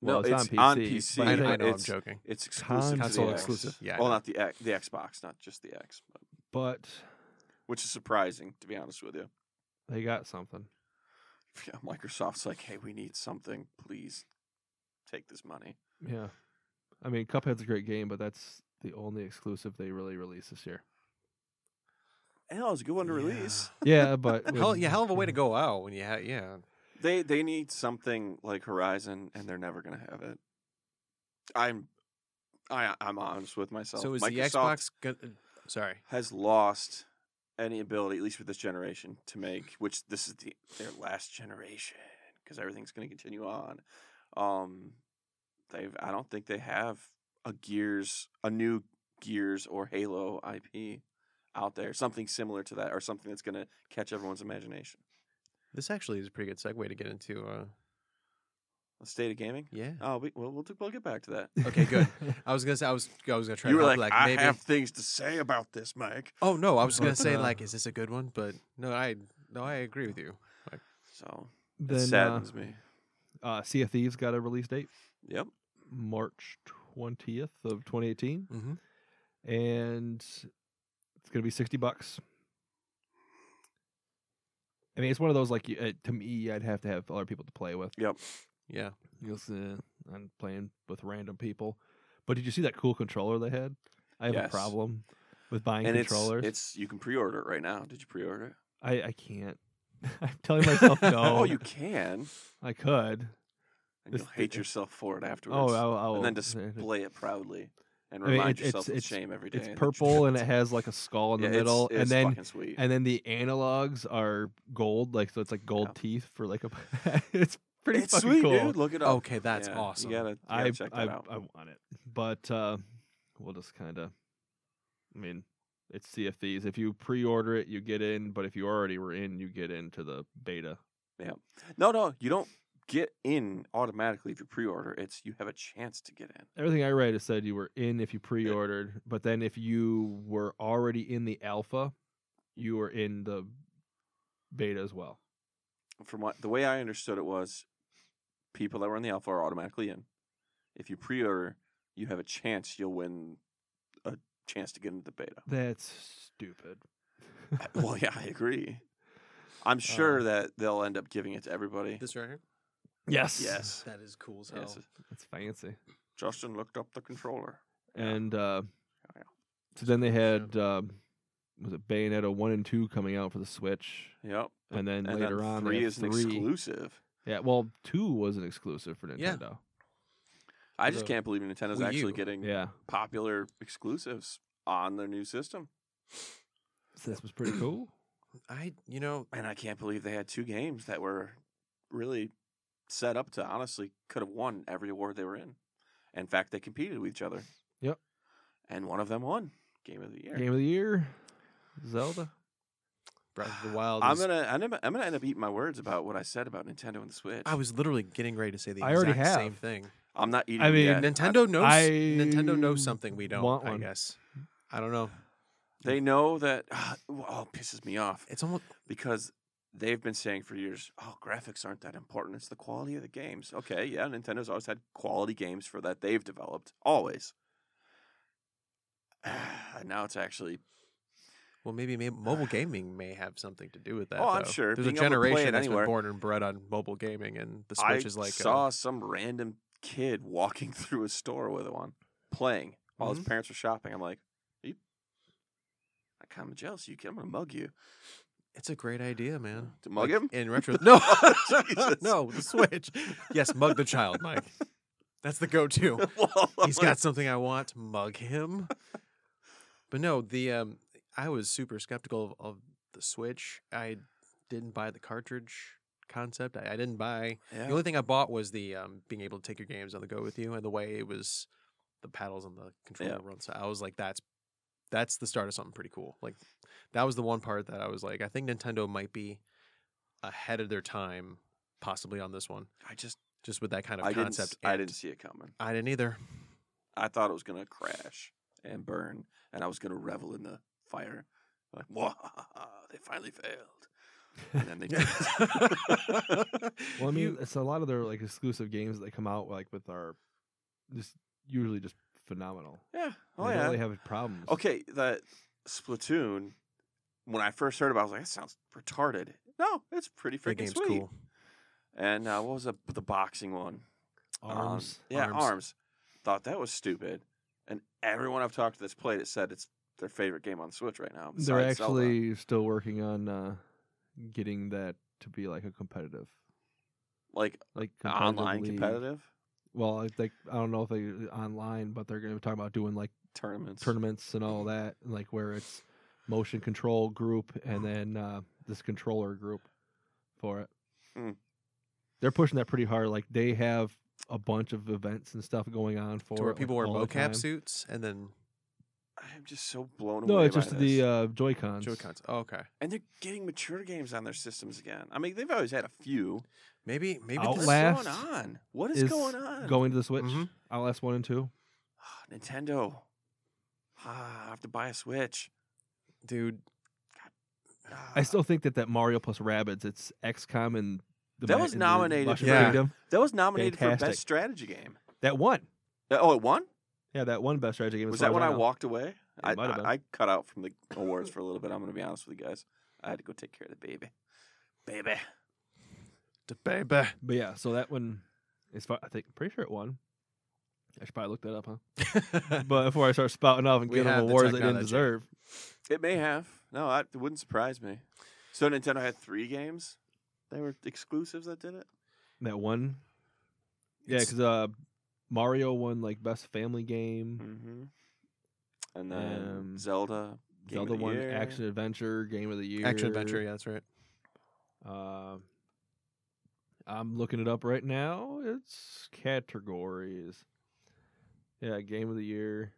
A: well,
C: no,
A: it's,
C: it's
A: on
C: on
A: PC.
C: PC,
A: but
B: I,
A: I
C: but
A: think-
B: I know I'm
C: it's-
B: joking.
C: It's exclusive
A: Console
C: to the
B: exclusive.
C: X.
B: Yeah, I
C: Well,
B: know.
C: not the X, the Xbox, not just the X, but,
A: but
C: which is surprising to be honest with you. <laughs>
A: they got something.
C: Yeah, Microsoft's like, "Hey, we need something. Please take this money."
A: Yeah. I mean, Cuphead's a great game, but that's the only exclusive they really released this year.
C: Hell, it's a good one to release.
A: Yeah, but
B: <laughs> Hell,
A: with-
B: yeah, hell of a way
A: <laughs>
B: to go out when you have yeah.
C: They they need something like Horizon, and they're never gonna have it. I'm I I'm honest with myself.
B: So is the
C: Microsoft
B: Xbox? Gonna, sorry,
C: has lost any ability, at least with this generation, to make which this is the their last generation because everything's gonna continue on. Um, they've I don't think they have a Gears a new Gears or Halo IP out there, something similar to that, or something that's gonna catch everyone's imagination.
B: this actually is a pretty good segue to get into uh,
C: The state of gaming.
B: Yeah.
C: Oh, we, well, we'll do, we'll get back to that.
A: <laughs>
B: Okay, good. I was gonna say I was I was gonna try.
C: you
B: to
C: were
B: help,
C: like, I
B: maybe.
C: have things to say about this, Mike.
B: Oh no, I
C: <laughs>
B: was gonna
A: But,
B: say
A: uh,
B: like, is this a good one? But no, I no, I agree with you.
C: So it
A: Then uh,
C: saddens me.
A: uh, Sea of Thieves got a release date,
C: Yep.
A: March twentieth of twenty eighteen,
B: Mm-hmm.
A: and it's gonna be sixty bucks. I mean, it's one of those like you- uh, to me, I'd have to have other people to play with.
C: Yep.
B: Yeah.
A: Yes, uh, I'm playing with random people. But did you see that cool controller they had? I have a
C: Yes.
A: problem with buying
C: And it's
A: controllers.
C: it's you can pre-order it right now. Did you pre-order it?
A: I, I can't. <laughs> I'm telling myself no.
C: <laughs> Oh, you can.
A: I could.
C: And you'll
A: It's-
C: hate yourself for it <laughs> afterwards.
A: Oh, I'll, I'll
C: and then
A: uh,
C: display it proudly and
A: I mean,
C: remind
A: it- it's-
C: yourself of
A: it's-
C: shame every day.
A: It's
C: that you
A: purple
C: <laughs> did
A: and it
C: it.
A: has like a skull in the
C: Yeah, it's-
A: middle,
C: it's
A: and then
C: fucking sweet.
A: and then the analogs are gold, like so it's like gold
C: Yeah.
A: teeth for like a. <laughs> it's pretty
C: it's
A: fucking
C: sweet,
A: cool.
C: dude. Look it up.
B: Okay, that's
C: Yeah,
B: awesome.
C: You gotta, you gotta
A: I
C: check
A: I,
C: that out.
A: I want it, but uh, we'll just kind of. I mean, it's Sea of Thieves. If you pre-order it, you get in. But if you already were in, you get into the beta.
C: No, no, you don't get in automatically if you pre-order. It's you have a chance to get in.
A: Everything I read it said you were in if you pre-ordered, but then if you were already in the alpha, you were in the beta as well.
C: From what the way I understood it was, people that were in the alpha are automatically in. If you pre-order, you have a chance. You'll win a chance to get into
A: <laughs>
C: the beta.
A: That's stupid.
C: well, yeah, I agree. I'm
A: Uh.
C: sure that they'll end up giving it to everybody.
B: This right here.
A: yes.
C: Yes.
B: That is cool. So
C: yes.
A: It's fancy.
C: Justin looked up the controller. Yeah.
A: And uh,
C: Yeah.
A: so then they had um, was it Bayonetta one and two coming out for the Switch,
C: Yep.
A: and then
C: and
A: later
C: then
A: on they
C: three
A: had
C: is an
A: three.
C: exclusive.
A: Yeah, well, two was an exclusive for
B: Yeah.
A: Nintendo.
C: I
B: For
C: just
B: the
C: can't believe Nintendo's
B: Wii
C: actually
B: U.
A: Yeah,
C: getting popular exclusives on their new system.
A: So this was pretty
C: <clears throat>
A: cool.
B: I, you know,
C: And I can't believe they had two games that were really set up to honestly could have won every award they were in. In fact, they competed with each other.
A: Yep.
C: And one of them won Game of the Year.
A: Game of the year, Zelda.
B: Breath of the Wild.
C: I'm
B: is-
C: gonna I'm gonna- I'm gonna end up eating my words about what I said about Nintendo and the Switch.
B: I was literally getting ready to say the
A: I
B: exact
A: already
B: same
A: have.
B: thing.
C: I'm not eating.
A: I mean,
C: yet.
B: Nintendo knows.
A: I
B: Nintendo knows something we don't.
A: want
B: I
A: one.
B: guess. I don't know.
C: They know that. <sighs> oh, it pisses me off
B: It's almost
C: because they've been saying for years, "Oh, graphics aren't that important. It's the quality of the games." Okay, yeah, Nintendo's always had quality games for that they've developed, always. <sighs> And now it's actually.
B: well, maybe, maybe
A: <sighs>
B: mobile gaming may have something to do with that.
C: Oh, I'm
B: though.
C: sure.
B: There's a
C: Being able to play
B: generation
C: it
B: that's been
C: anywhere.
B: born and bred on mobile gaming, and the
C: I
B: Switch is like. uh a-
C: saw some random kid walking <laughs> through a store with one playing while
B: Mm-hmm.
C: his parents were shopping. I'm like, "Are you, I'm kind of jealous. of You kid. I'm gonna mug you.
B: it's a great idea, man.
C: To mug him? <laughs>
B: in retro. <laughs> No, <laughs>
C: Jesus.
B: no, <laughs> the Switch. Yes, mug the child, Mike.
C: <laughs>
B: That's the go-to.
C: Well, I'm
B: He's
C: like- <laughs>
B: got something I want. Mug him. But no, the um, I was super skeptical of, of the Switch. I didn't buy the cartridge concept. I, I didn't buy.
C: Yeah.
B: The only thing I bought was the um, being able to take your games on the go with you, and the way it was, the paddles on the controller
C: Yeah.
B: run. So I was like, that's that's the start of something pretty cool. Like that was the one part that I was like, I think Nintendo might be ahead of their time, possibly on this one,
C: I just
B: just with that kind of
C: I didn't,
B: concept.
C: s- I
B: and-
C: didn't see it coming.
B: I didn't either.
C: I thought it was gonna crash and burn, and I was gonna revel in the fire. Like, whoa, they finally failed, and
A: <laughs>
C: <laughs> then they did.
A: Well, I mean,
B: You-
A: it's a lot of their like exclusive games that come out like with our just usually just phenomenal.
C: yeah, oh
A: they don't
C: yeah.
A: really have problems.
C: okay, that Splatoon. When I first heard about, it, I was like, "That sounds retarded." No, it's pretty
B: the
C: freaking
B: game's
C: sweet.
B: cool.
C: And uh, what was the the boxing one? Um,
A: arms.
C: yeah,
B: Arms.
C: arms. Thought that was stupid, and everyone I've talked to that's played it said it's their favorite game on Switch right now.
A: They're
C: besides Zelda.
A: actually still working on uh, getting that to be like a competitive,
C: like
A: like competitive
C: online
A: league.
C: competitive
A: Well, I think I don't know if they uh, online, but they're going to be talking about doing like
C: tournaments.
A: tournaments and all that, and, like where it's motion control group and then uh, this controller group for it.
C: Hmm.
A: They're pushing that pretty hard. Like they have a bunch of events and stuff going on for
B: To where
A: it,
B: people
A: like,
B: wear
A: all the
B: mocap
A: time.
B: suits and then
C: I'm just so blown away.
A: No, it's
C: by
A: just
C: this.
A: the uh, Joy Cons.
B: Joy Cons. Oh, okay.
C: and they're getting mature games on their systems again. I mean, they've always had a few.
B: Maybe maybe
C: What is
B: this,
A: Outlast.
C: going on? What is,
A: is
C: going on? Mm-hmm.
A: Going to the Switch.
B: Mhm.
A: Outlast one and two.
C: Nintendo. Ah, I have to buy a Switch.
B: dude.
A: I
C: Ah.
A: still think that that Mario plus Rabbids, it's XCOM and the
C: That
A: Ma-
C: was
A: and the
C: nominated
A: Mushroom
B: for-
A: Kingdom.
C: that was nominated for
A: Fantastic.
C: best strategy game.
A: That one.
C: Uh, Oh, it won.
A: Yeah, that one best strategy game. as
C: Was
A: far
C: that
A: as
C: when I
A: know.
C: walked away? I,
A: might have been.
C: I, I cut out from the awards for a little bit. I'm going to be honest with you guys. I had to go take care of the baby. Baby.
B: The
A: <laughs>
B: baby.
A: But yeah, so that one is. Far, I think pretty sure it won. I should probably look that up, huh?
B: <laughs>
A: But before I start spouting off and
B: We
A: giving
B: have
A: them
B: the
A: awards they didn't
B: technology.
A: deserve,
C: It may have. No, I, it wouldn't surprise me. So Nintendo had three games that were exclusives that did it?
A: that one. Yeah,
B: It's-
A: because uh, Mario won like best family
B: Mm,
A: game,
C: Mm-hmm. And then
A: Um,
C: Zelda. Game of
A: Zelda
C: the
A: won
C: Year.
A: action adventure game of the year.
B: Action adventure. Yeah, that's right.
A: Uh, I'm looking it up right now. It's categories. Yeah, game of the year,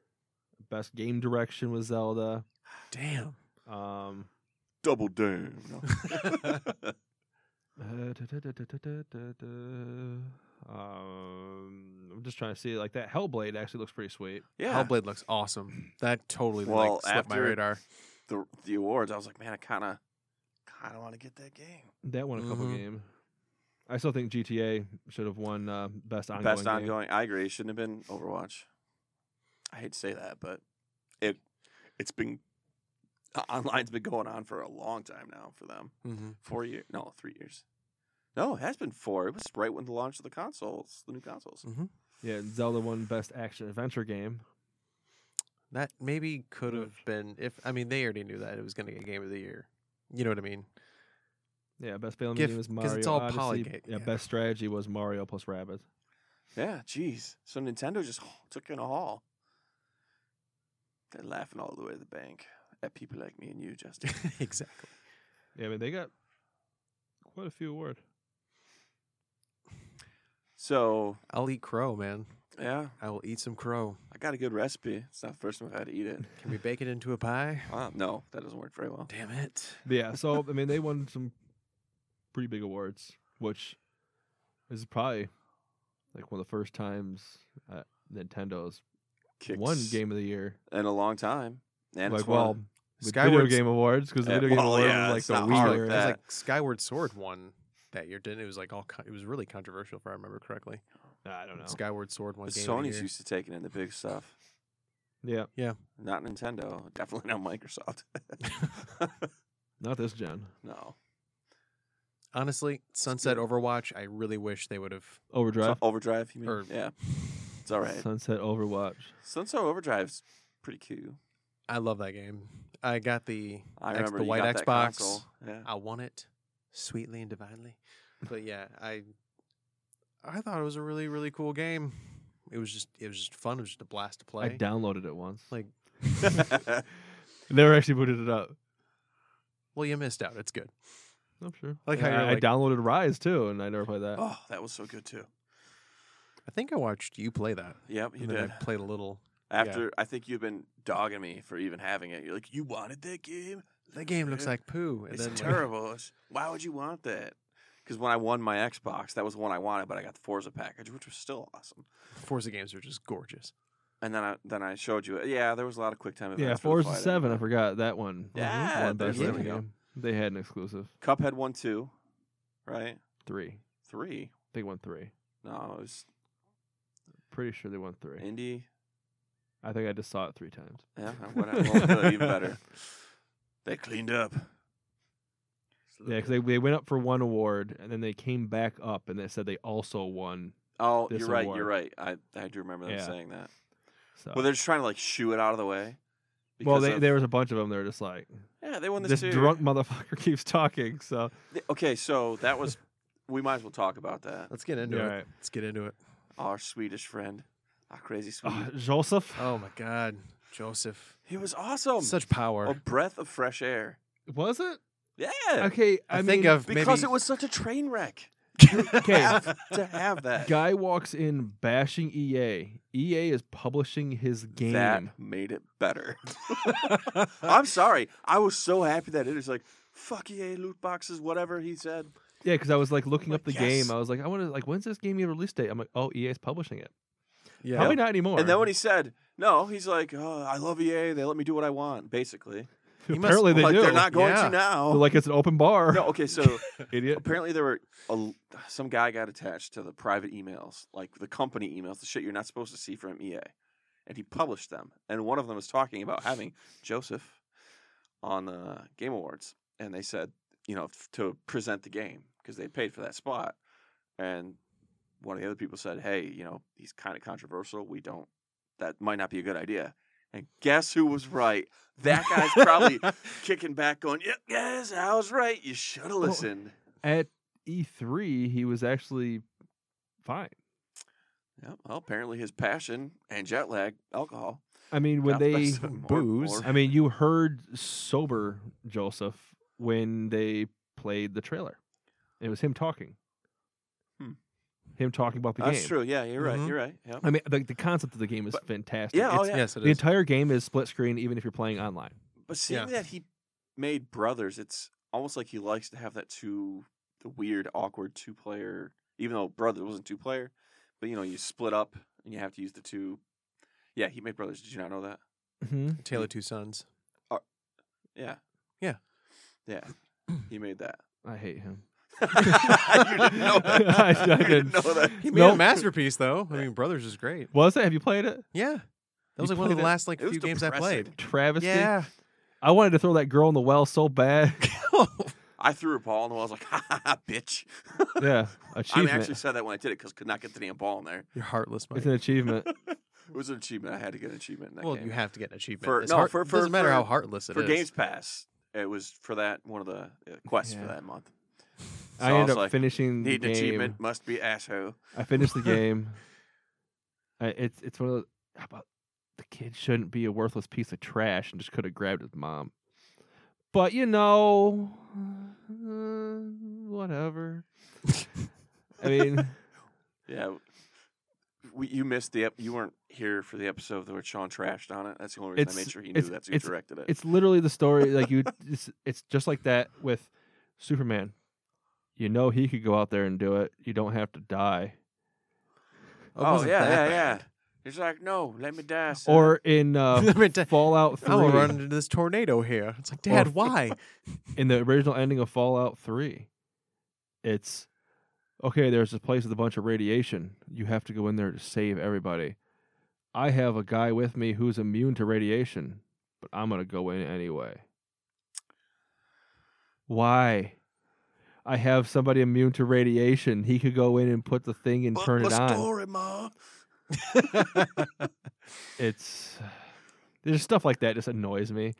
A: best game direction was Zelda.
C: <laughs>
B: Damn.
A: Um,
C: Double Doom.
A: Uh, da- da- da- da- da- da- da- da. Um, I'm just trying to see like that Hellblade actually looks pretty sweet.
C: <laughs> yeah.
B: Hellblade looks awesome. That totally
C: Well,
B: like slipped my
C: after-
B: radar.
C: The, the awards, I was like, man, I kind of kind of want to get that game.
A: That won a couple
B: Mhm.
A: games. I still think GTA should have won uh, best ongoing.
C: Best
A: game.
C: ongoing. I agree. It shouldn't have been Overwatch. I hate to say that, but it it's been o- online's been going on for a long time now for them.
B: Mm-hmm.
C: Four years? No, three years. No, it has been four. It was right when the launch of the consoles, the new consoles.
B: Mm.
A: Yeah, and Zelda won best action adventure game.
B: That maybe could
A: Good.
B: have been if I mean they already knew that it was going to get Game of the Year. You know what
A: <laughs>
B: I mean?
A: Yeah, best family
B: Gif-
A: game was
B: 'cause
A: Mario.
B: it's all
A: Odyssey.
B: polygate,
A: Yeah,
B: yeah.
A: best strategy was Mario plus Rabbit.
C: Yeah, jeez. So Nintendo just <sighs> took in a haul. They're laughing all the way to the bank at people like me and you,
B: <laughs>
C: Justin.
B: exactly.
A: Yeah, I mean they got quite a few awards.
C: so
B: I'll eat crow, man.
C: yeah,
B: I will eat some crow.
C: I got a good recipe. It's not the first time I've had to eat it.
B: Can we bake it into a pie?
C: Uh, no, that doesn't work very well.
B: Damn it.
A: But yeah, so I mean they won some pretty big awards, which is probably like one of the first times uh, Nintendo's
C: Kicks.
A: one game of the year.
C: in a long time. And
A: like
C: it's won.
A: well, with video
B: Skyward
A: game awards because the
C: Yeah,
A: video game
C: well,
A: awards
C: yeah,
A: was
C: it's
A: like
C: not
A: the
C: hard
A: Wii
C: like
A: year.
B: It was
C: that.
B: like Skyward Sword won that year, didn't it? It was like all con- it was really controversial if I remember correctly.
A: I don't know.
B: Skyward Sword won
C: But
B: Game of the
C: Sony's
B: Year.
C: used to taking in the big stuff.
A: Yeah,
C: Not Nintendo. <laughs> Definitely not
B: <laughs>
C: Microsoft. <laughs>
A: not this gen.
C: no.
B: Honestly, Sunset Overwatch, I really wish they would have
A: Overdrive,
C: So- Overdrive, you mean?
B: Or-
C: yeah. It's all right.
A: Sunset Overwatch.
C: Sunset Overdrive's pretty cute.
B: I love that game. I got the
C: I
B: Ex-
C: remember
B: the
C: you
B: white
C: got that
B: Xbox.
C: console. Yeah.
B: I want it sweetly and divinely. But yeah, I I thought it was a really really cool game. It was just it was just fun. It was just a blast to play.
A: I downloaded it once.
C: <laughs>
B: Like- <laughs>
A: Never actually booted it up.
B: well, you missed out. It's good.
A: I'm Oh, sure.
B: Like how
A: Yeah,
B: you're
A: I,
B: like-
A: downloaded Rise too, and I never played that.
C: oh, that was so good too.
B: I think I watched you play that.
C: Yep, you
B: and then
C: did.
B: I played a little.
C: After I think you've been dogging me for even having it. You're like, you wanted that game?
B: That game looks
C: Yeah. <laughs>
B: like poo. And
C: It's
B: then like,
C: terrible. It's- Why would you want that? Because when I won my Xbox, that was the one I wanted, but I got the Forza package, which was still awesome.
B: Forza games are just gorgeous.
C: And then I then I showed you. it. Yeah, there was a lot of QuickTime events.
A: yeah,
C: for the
A: Forza
C: fighting,
A: Seven. I
C: but-
A: forgot that
B: Mm-hmm.
A: one. <laughs>
C: Yeah,
A: won
C: there's-
A: best
B: there
A: Sony
B: we
C: go.
A: game. They had an exclusive
C: Cuphead won two, right?
A: three.
C: Three?
A: They won three.
C: No, it was
A: Pretty sure they won three.
C: indie.
A: I think I just saw it three times. <laughs>
C: Yeah, whatever. well, good, even better. They cleaned up.
A: Yeah, because they, they went up for one award and then they came back up and they said they also won.
C: Oh,
A: This
C: you're right.
A: award.
C: You're right. I I do remember them
A: Yeah.
C: saying that.
A: So
C: Well, they're just trying to like shoo it out of the way.
A: well,
C: because
A: they,
C: of-
A: there was a bunch of them. They're just like
C: yeah they won this,
A: this
C: too.
A: drunk motherfucker <laughs> keeps talking. So
C: Th- Okay, so that was. we might as well talk about that.
B: Let's get into
A: Yeah,
B: it.
A: right.
B: Let's get into it.
C: Our Swedish friend, our crazy Swede.
A: Ah, Joseph,
B: Oh my God, Joseph,
C: he was awesome.
B: such power.
C: a breath of fresh air.
A: was it?
C: Yeah,
A: Okay, I,
B: I, think
A: mean,
B: I've
C: because it
B: maybe
C: was such a train wreck.
A: <laughs> Okay.
C: <laughs> have to
A: <laughs>
C: have that.
A: Guy walks in bashing E EA. EA is publishing his game.
C: That made it
A: <laughs>
C: better. <laughs> I'm sorry. I was so happy that it was like, fuck EA loot boxes, whatever he said.
A: Yeah, because I was like looking up the
C: Like, yes.
A: game. I was like, I want to like, when's this game get release date? I'm like, oh, EA's publishing it.
B: Yeah.
A: Probably not anymore.
C: And then when he said, no, he's like, oh, I love EA. They let me do what I want, basically.
A: <laughs>
B: He must-
A: apparently they
C: like,
A: do.
C: They're not going
B: Yeah.
C: to now.
A: They're like it's an open bar.
C: no, okay, so
A: <laughs> idiot.
C: apparently there were a, some guy got attached to the private emails, like the company emails, the shit you're not supposed to see from EA, and he published them. And one of them was talking <laughs> about having Joseph on the Game Awards, and they said, you know, f- to present the game because they paid for that spot. And one of the other people said, hey, you know, he's kind of controversial. We don't. That might not be a good idea. And guess who was right? That guy's probably kicking back, going, "Yep, yes, I was right. You should
A: Oh.
C: have listened."
A: <laughs> At E3, he was actually fine.
C: Yeah, well, apparently his passion and jet lag, alcohol.
A: I mean, when
C: got the
A: they
C: best <laughs> of him, or-
B: booze,
C: or-
A: I mean, you heard sober Joseph when they played the trailer. It was him talking.
C: Hmm.
A: Him talking about the
C: that's
A: game. Mm-hmm.
C: true. Yeah, you're right.
B: Mhm.
C: You're right. Yeah.
A: I mean, the, the concept of the game is
C: But-
A: fantastic.
C: Yeah.
A: It's-
C: Oh, yeah.
B: Yes, it
A: The
B: is.
A: entire game is split screen, even if you're playing online.
C: But seeing
B: Yeah.
C: that he made brothers, it's almost like he likes to have that two, the weird, awkward two player. Even though brother wasn't two player, but you know you split up and you have to use the two. Yeah, he made brothers. Did you not know that?
A: Mm-hmm.
B: Taylor Two Sons.
C: Yeah.
B: Yeah.
C: Yeah. He made that. <laughs>
A: I hate him.
C: you didn't know that.
A: I- I
C: <laughs> You didn't
A: didn't.
C: know that.
B: He made a
A: Nope.
B: masterpiece, though. I mean, Brothers is great.
A: Was it? Have you played it?
B: Yeah, that
A: You
B: was like one of
A: played
B: the
A: it?
B: last like
C: It was
B: few games I played.
A: Travesty.
B: <laughs> Yeah.
A: I wanted to throw that girl in the well so
C: <laughs>
A: bad. <laughs>
C: I threw a ball in the wall. I was like, "Ha ha, ha bitch!"
A: yeah,
C: I mean,
A: achievement.
C: I actually said that when I did it because could not get the damn ball in there.
B: You're heartless, Mike.
A: It's an
C: <laughs>
A: achievement.
C: It was an achievement. I had to get an achievement in that
B: Well,
C: game.
B: you have to get an achievement.
C: For-
B: It's
C: no,
B: heart-
C: for-
B: it doesn't
C: for-
B: matter how
C: for-
B: heartless it is.
C: for Games Pass. It was for that one of the uh, quests
A: Yeah.
C: for that month. So
A: I ended
C: was
A: up
C: like,
A: finishing the
C: Need an
A: game.
C: achievement. Must be asshole.
A: I finished
C: <laughs>
A: the game. I, it's it's one of those, how about the kid shouldn't be a worthless piece of trash and just could have grabbed his mom. But you know, uh,
C: <laughs>
A: whatever. I mean,
C: Yeah. We, you missed the. Ep- you weren't here for the episode where Sean trashed on it. That's the only reason I
A: It's-
C: made sure he knew
A: it's-
C: that's who
A: it's-
C: directed it.
A: it's literally the story. Like you, <laughs> it's, it's just like that with Superman. You know he could go out there and do it. You don't have to die.
B: It
C: oh
B: wasn't
C: yeah, yeah,
B: that
C: yeah.
B: bad.
C: He's like, no, let me die. son."
A: Or in uh,
B: <laughs> I mean, da-
A: Fallout
B: I will
A: Three,
B: run into this tornado here. It's like, Dad,
A: Or-
B: <laughs> why?
A: in the original ending of Fallout 3, it's okay, there's a place with a bunch of radiation. You have to go in there to save everybody. I have a guy with me who's immune to radiation, but I'm going to go in anyway. Why? I have somebody immune to radiation. He could go in and put the thing and
C: But
A: turn
C: my
A: it on.
C: story, ma.
A: It's there's stuff like that just annoys me.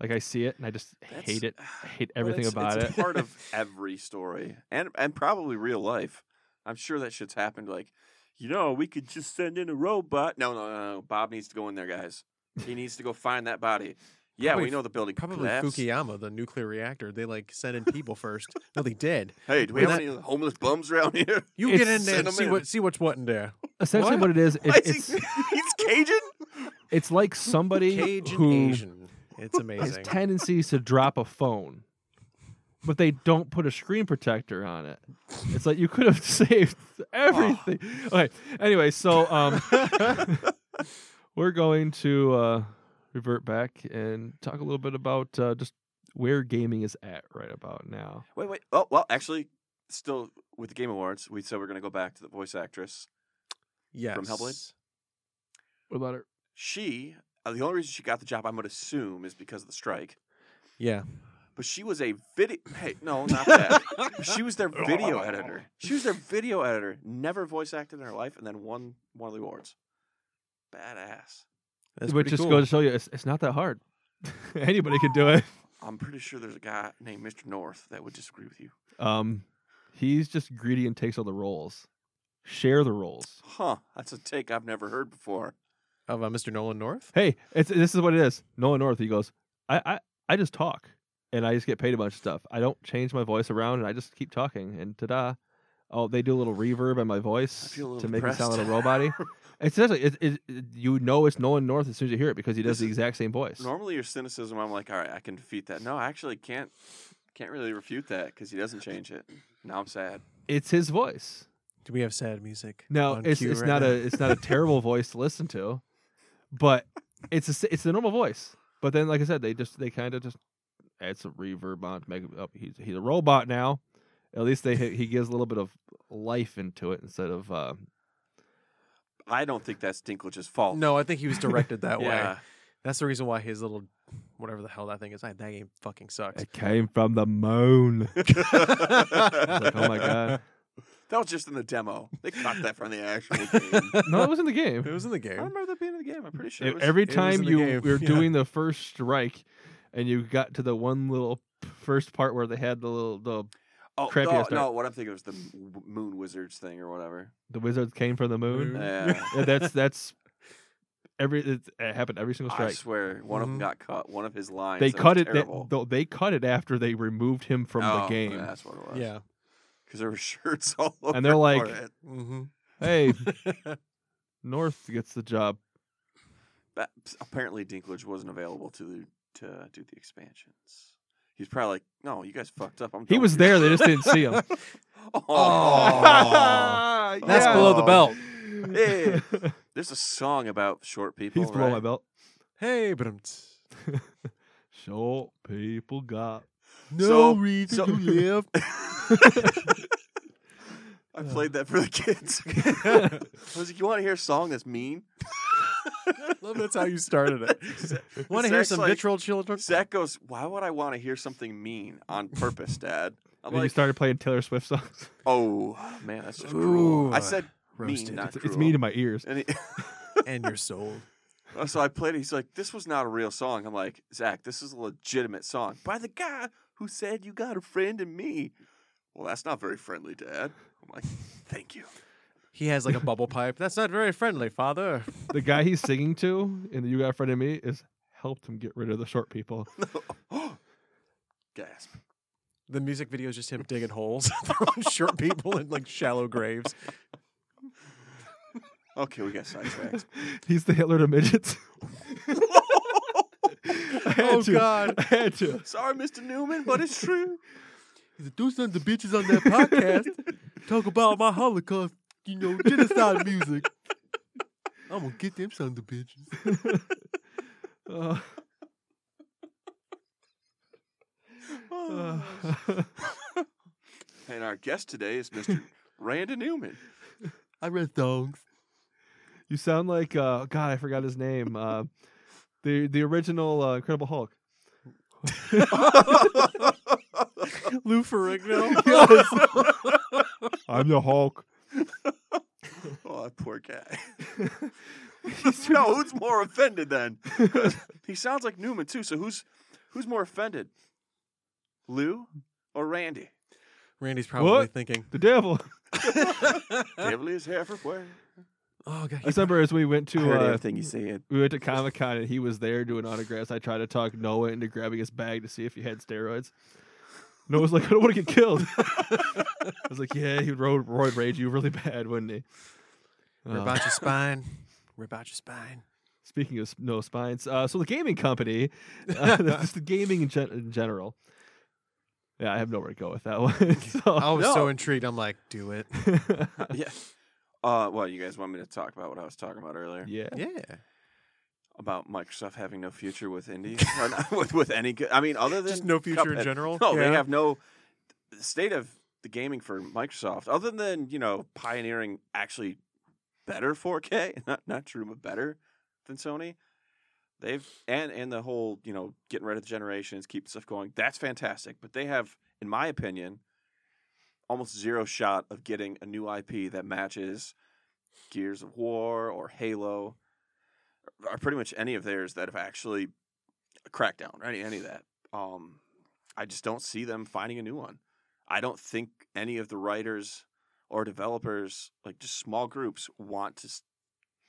A: Like I see it and I just
C: That's- uh, ah.
A: hate it. I hate
C: But
A: everything
C: it's-
A: about
C: it's
A: it. <laughs>
C: Part of every story, and and probably real life. I'm sure that shit's happened. Like, you know, we could just send in a robot. No, no, no, no. Bob needs to go in there, guys. He needs to go find that body. Yeah,
B: Probably
C: we know the building
B: Probably
C: collapsed.
B: Fukuyama, the nuclear reactor. They like sent in people first. No, they did.
C: Hey, do we
B: Well,
C: have any homeless bums around here?
B: You
A: It's-
B: get in there
C: Send
B: and
C: 'em
B: see
C: in.
B: what see what's what in there.
A: Essentially,
B: Why-
A: what it is, it,
C: <laughs> Why is
A: it's
C: he, he's Cajun.
A: It's like somebody
B: Cajun
A: who
B: Asian. It's
A: has
B: amazing.
A: tendencies to drop a phone, but they don't put a screen protector on it. It's like you could have <laughs> saved everything. Okay. Anyway, so um, <laughs> we're going to uh, revert back and talk a little bit about uh, just where gaming is at right about now.
C: Wait, wait. Oh, well, actually, still with the Game Awards, we said we're gonna go back to the voice actress.
B: Yes.
C: Hellblade?
A: What about it?
C: She, uh, the only reason she got the job, I'm gonna assume, is because of the strike.
B: <laughs> Yeah.
C: but she was a video. Hey, no, not that. she <laughs> was their video editor. She was their video editor. Never voice acted in her life, and then won one of the awards. Badass.
B: <laughs> That's
A: Which
B: pretty
A: just
B: cool.
A: goes to show you, it's, it's not that hard. <laughs> Anybody can do it.
C: I'm pretty sure there's a guy named Mr. North that would disagree with you.
A: Um, he's just greedy and takes all the roles. Share the roles.
C: Huh? That's a take I've never heard before.
B: of uh, Mr. Nolan North.
A: hey, it's, this is what it is. Nolan North, he goes, I, I, I just talk and I just get paid a bunch of stuff. I don't change my voice around and I just keep talking and ta da. Oh, they do a little reverb on my voice
C: feel a little
A: to make me sound like a
C: depressed.
A: robot.
C: <laughs>
A: It's essentially, it, it, it- you know, it's Nolan North as soon as you hear it because he does
C: This
A: the
C: is-
A: exact same voice.
C: Normally, your cynicism, I'm like, all right, I can defeat that. No, I actually can't. Can't really refute that because he doesn't change it. Now I'm sad.
A: It's his voice.
B: Do we have sad music?
A: No,
B: on
A: it's
B: cue
A: it's
B: right
A: not
B: now?
A: a it's <laughs> not a terrible voice to listen to, but it's a, s- it's the normal voice. But then, like I said, they just they kind of just add some reverb on to make it up. He's he's a robot now. At least they he gives a little bit of life into it instead of uh,
C: I don't think that's Dinklage's fault.
B: No, I think he was directed that
C: yeah. <laughs>
B: way. That's the reason why his little whatever the hell that thing is. I, that game fucking sucks.
A: it came from the moon. I was
C: that
A: like,
C: <laughs>
A: oh my god!
C: was just in the demo. They cut that from the actual
B: <laughs>
C: game.
A: <laughs> No, it was in the game.
B: it was in the
C: I
B: game.
C: remember that being in the game. I'm pretty sure.
A: Ev-
C: it was-
A: E, Every
B: was
A: time
B: in the
A: you
B: game,
A: were
B: <laughs> yeah.
A: doing the first strike, and you got to the one little p- first part where they had the little the
C: oh,
A: crappy
C: no,
A: ass
C: no,
A: dart.
C: what I'm thinking was the m- w- Moon Wizards thing or whatever.
A: the wizards came from the moon.
B: Moon.
C: Yeah.
B: <laughs>
A: Yeah, that's that's every it, it happened every single
C: I
A: strike.
C: swear, one of
B: Mhm.
C: them got cut. One of his lines.
A: They
C: that was
A: cut it. They,
C: Terrible.
A: though they cut it after they removed him from the
C: Oh,
A: game.
C: That's what it was.
B: Yeah.
C: because there were <laughs> shirts all over.
A: And they're
C: for
A: like-
C: it.
B: Mm-hmm. <laughs>
C: <laughs>
A: Hey, North gets the job.
C: But apparently Dinklage wasn't available to the, to do the expansions. He's probably like, no, you guys fucked up. I'm
A: He
C: done
A: was
C: with you." <laughs>
A: there. They just didn't see him.
C: Oh,
A: <laughs>
B: Aw. That's
C: Yeah.
B: below the belt.
C: Yeah. There's a song about short people.
A: He's below my
C: right?
A: belt.
B: Hey, but I'm t-
A: Short people got.
B: no
C: So-
B: reason
C: so-
B: to live.
C: <laughs> I played that for
A: <laughs>
C: the kids. I was like, you want to hear a song that's mean?
B: Love that's how you started <laughs> it. Want to hear
C: Zach's
B: some
C: like-
B: vitriol, children?
C: Zach goes, why would I want to hear something mean on purpose, Dad? I'm
A: And you
C: like,
A: started playing Taylor Swift songs.
C: oh, man, that's just cruel. I
B: Ooh,
C: said mean,
B: roasted.
C: not
A: It's, <laughs>
C: cruel.
A: it's mean to my
C: <laughs>
A: ears.
C: And he-
B: and your soul.
C: Uh, So I played it. He's like, "This was not a real song." I'm like, "Zach, this is a legitimate song by the guy who said you got a friend in me." Well, that's not very friendly, Dad. I'm like, "Thank you." <gasps>
B: He has like a bubble pipe. That's not very friendly, father.
A: The guy he's singing to in the You Got a Friend in Me is helped him get rid of the short people.
C: Gasp.
B: The music video is just him digging holes, <laughs> throwing short people in like shallow <laughs> graves.
C: Okay, we got sidetracked.
A: <laughs> He's the Hitler to midgets. <laughs> I had
B: Oh,
A: to.
B: God.
A: I had to.
C: Sorry, Mr. Newman, but it's true.
B: He's like, those sons of bitches on that podcast talk about my <laughs> Holocaust, you know, genocide music. I'm gonna get them sons of bitches.
A: Uh, <laughs> uh,
C: and our guest today is Mr. Randy Newman.
B: I read songs.
A: you sound like uh, God. I forgot his name. Uh, the the original uh, Incredible Hulk.
B: Lou Ferrigno. <laughs>
A: <laughs> I'm the Hulk.
C: Oh, that poor guy. <laughs>
A: He's doing-
C: no, who's more offended then? Uh, he sounds like Newman too. So who's who's more offended, Lou or <laughs> Randy?
B: Randy's probably
A: What?
B: thinking,
A: the devil.
C: Devil is everywhere.
B: "Oh God,
A: I remember as we went to uh,
C: you said.
A: we went to Comic Con and he was there doing autographs. I tried to talk Noah into grabbing his bag to see if he had steroids. Noah's like, I don't want to get killed. I was like, Yeah, he would roid, roid rage you really bad, wouldn't he?
B: rip
A: Uh,
B: out your spine, rip out your spine."
A: Speaking of s- no spines, uh, so the gaming <laughs> company, uh, just the gaming in, gen- in general. Yeah, I have nowhere to go with that one. <laughs> so,
B: I was so
C: no.
B: intrigued. I'm like, "Do it."
C: <laughs> yeah. Uh, well, you guys want me to talk about what I was talking about earlier
A: yeah.
B: Yeah.
C: about Microsoft having no future with indies, or not, with with any. good- I mean, other than
B: Just no future in Oh,
C: Cuphead.
B: general.
C: No, they
B: Yeah.
C: have no the state of the gaming for Microsoft, other than you know pioneering actually better 4K, <laughs> not not true, but better than Sony. They've and and the whole you know getting rid of the generations, keep stuff going. That's fantastic, but they have, in my opinion, almost zero shot of getting a new IP that matches Gears of War or Halo, or pretty much any of theirs that have actually Crackdown or any any of that. Um, I just don't see them finding a new one. I don't think any of the writers or developers, like just small groups, want to. s-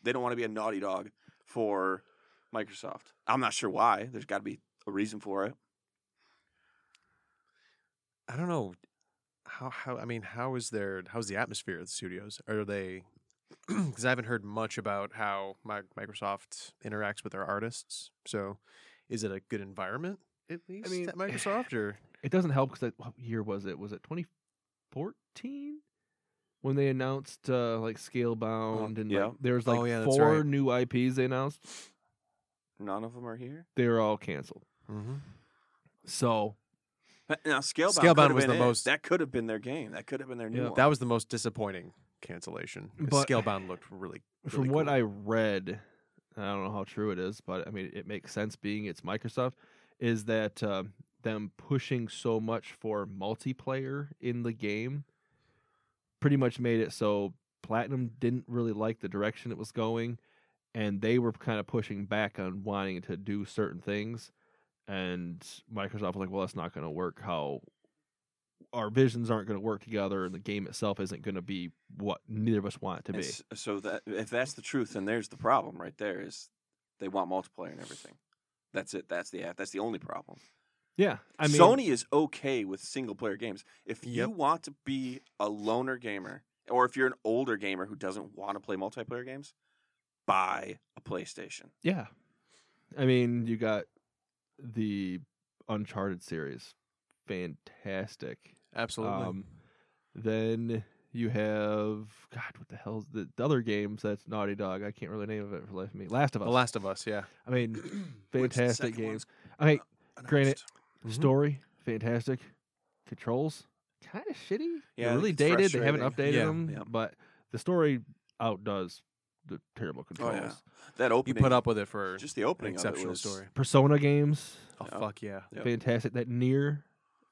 C: They don't want to be a naughty dog for Microsoft. I'm not sure why. There's got to be a reason for it.
B: I don't know. how how I mean, how is their how's the atmosphere at the studios? Are they <clears throat> because I haven't heard much about how Mi- Microsoft interacts with their artists. So, is it a good environment at least
A: mean, <laughs>
B: at Microsoft? Or
A: It doesn't help because what year was it? Was it 2014 when they announced uh, like Scalebound and
C: yeah.
A: like, there was
B: Oh,
A: like
B: yeah, that's
A: four
B: right.
A: new IPs they announced?
C: None of them are here.
A: They were all canceled.
B: Mm-hmm.
A: So
C: But now Scalebound,
B: Scalebound
C: could've
B: was
C: been
B: the
C: it.
B: most-
C: That could have been their game. That could have been their new
A: Yeah.
C: one.
B: that was the most disappointing cancellation. 'cause
A: But-
B: Scalebound looked really.
A: <laughs> from
B: really
A: what
B: cool.
A: I read, I don't know how true it is, but I mean, it makes sense being it's Microsoft, is that um, them pushing so much for multiplayer in the game pretty much made it so Platinum didn't really like the direction it was going, and they were kind of pushing back on wanting to do certain things. And Microsoft was like, well, that's not going to work. How our visions aren't going to work together, and the game itself isn't going to be what neither of us want it to
C: And
A: be.
C: s- So that if that's the truth, then there's the problem right there. Is they want multiplayer and everything. That's it. That's the that's the only problem.
A: Yeah, I mean,
C: Sony is okay with single player games. If you
B: Yep.
C: want to be a loner gamer, or if you're an older gamer who doesn't want to play multiplayer games, buy a PlayStation.
A: Yeah, I mean, you got the Uncharted series, fantastic.
B: absolutely.
A: Um, then you have God, what the hell's the, the other games? That's Naughty Dog. I can't really name it for the life of me. Last of Us.
B: the Last of Us, yeah.
A: I
C: <clears throat>
A: mean,
C: Which the
A: fantastic
C: second one's Mm-hmm.
A: games. Okay,
C: announced.
A: granted-
B: Mhm.
A: story fantastic. Controls kind of shitty.
C: Yeah,
A: They're really
C: it's
A: dated. They haven't updated
C: frustrating.
B: Yeah,
A: them,
C: yeah.
A: but the story outdoes the terrible controls.
C: Oh, yeah. that opening
B: You put up with it for
C: just the
B: an
C: opening
B: exceptional
C: of it was,
B: story.
A: Persona games,
B: Oh
C: Yeah.
B: fuck yeah!
C: Yep.
A: fantastic. That near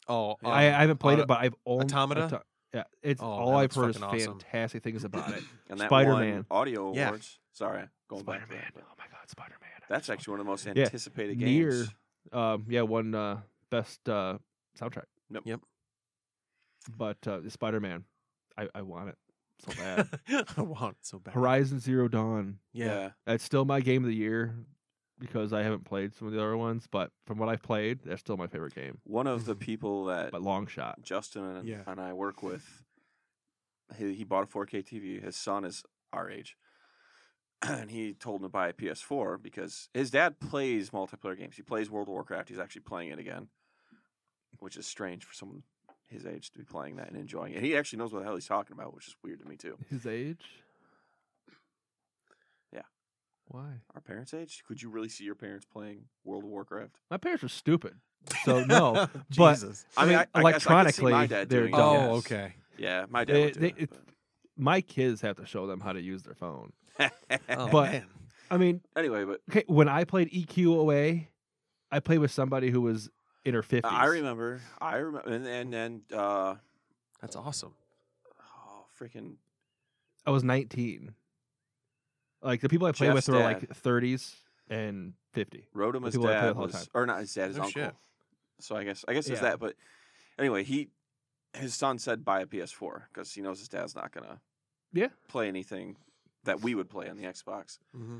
B: Oh,
C: Yeah.
A: I, I haven't played
B: Auto-
A: it, but I've only
B: Automata?
A: yeah, it's
B: Oh,
A: all
B: that
A: I've
B: looks
A: heard is
B: fucking awesome.
A: fantastic things about <laughs> it.
C: <clears throat> and that
A: Spider-Man.
C: won audio
B: Yeah.
C: awards. Sorry, going
A: Spider
C: back.
A: Man,
C: to that,
A: oh my God, Spider Man.
C: but That's actually one of the most
A: Yeah.
C: anticipated
A: Nier.
C: games.
A: um, yeah, one uh, best uh, soundtrack.
C: Yep.
B: Yep.
A: But uh, Spider Man, I, I want it so
B: <laughs>
A: bad.
B: I want it so bad.
A: Horizon Zero Dawn,
B: Yeah.
A: that's still my game of the year because I haven't played some of the other ones, but from what I've played, that's still my favorite game.
C: One of the people that
A: But long shot.
C: Justin and,
B: Yeah.
C: and I
A: <laughs>
C: work with. He, he bought a 4K TV. His son is our age, <clears throat> and he told him to buy a PS4 because his dad plays multiplayer games. He plays World of Warcraft. He's actually playing it again, which is strange for someone his age to be playing that and enjoying it. And he actually knows what the hell he's talking about, which is weird to me too.
A: His age?
C: Yeah.
A: Why?
C: Our parents' age? Could you really see your parents playing World of Warcraft?
A: My parents were stupid. So, <laughs>
B: <laughs>
A: no, but-
B: Jesus.
A: I mean,
C: guess I could see my
A: electronically,
C: dad
A: they're
C: doing it,
A: dumb.
B: Oh,
C: yes.
B: okay.
C: Yeah, my dad.
A: They-
C: would do
A: they-
C: that,
A: it- My kids have to show them how to use their phone.
C: but- <laughs>
B: Oh,
A: But-
B: man.
A: I mean,
C: anyway, but
A: okay, when I played EQOA, I played with somebody who was in her 50s.
C: I remember. I remember, and and, and uh,
B: that's awesome.
C: oh, freaking
A: I was 19. Like, the people I played
C: Jeff's
A: with were like
C: dad.
A: 30s and 50.
C: Rodema's
A: people I play with
C: dad
A: all the
C: was, or not his dad, his
B: No
C: uncle.
B: shit.
C: So I guess I guess it's
A: Yeah.
C: that. But anyway, he his son said buy a PS4 because he knows his dad's not gonna
A: Yeah.
C: play anything that we would play on the Xbox.
B: Mm-hmm.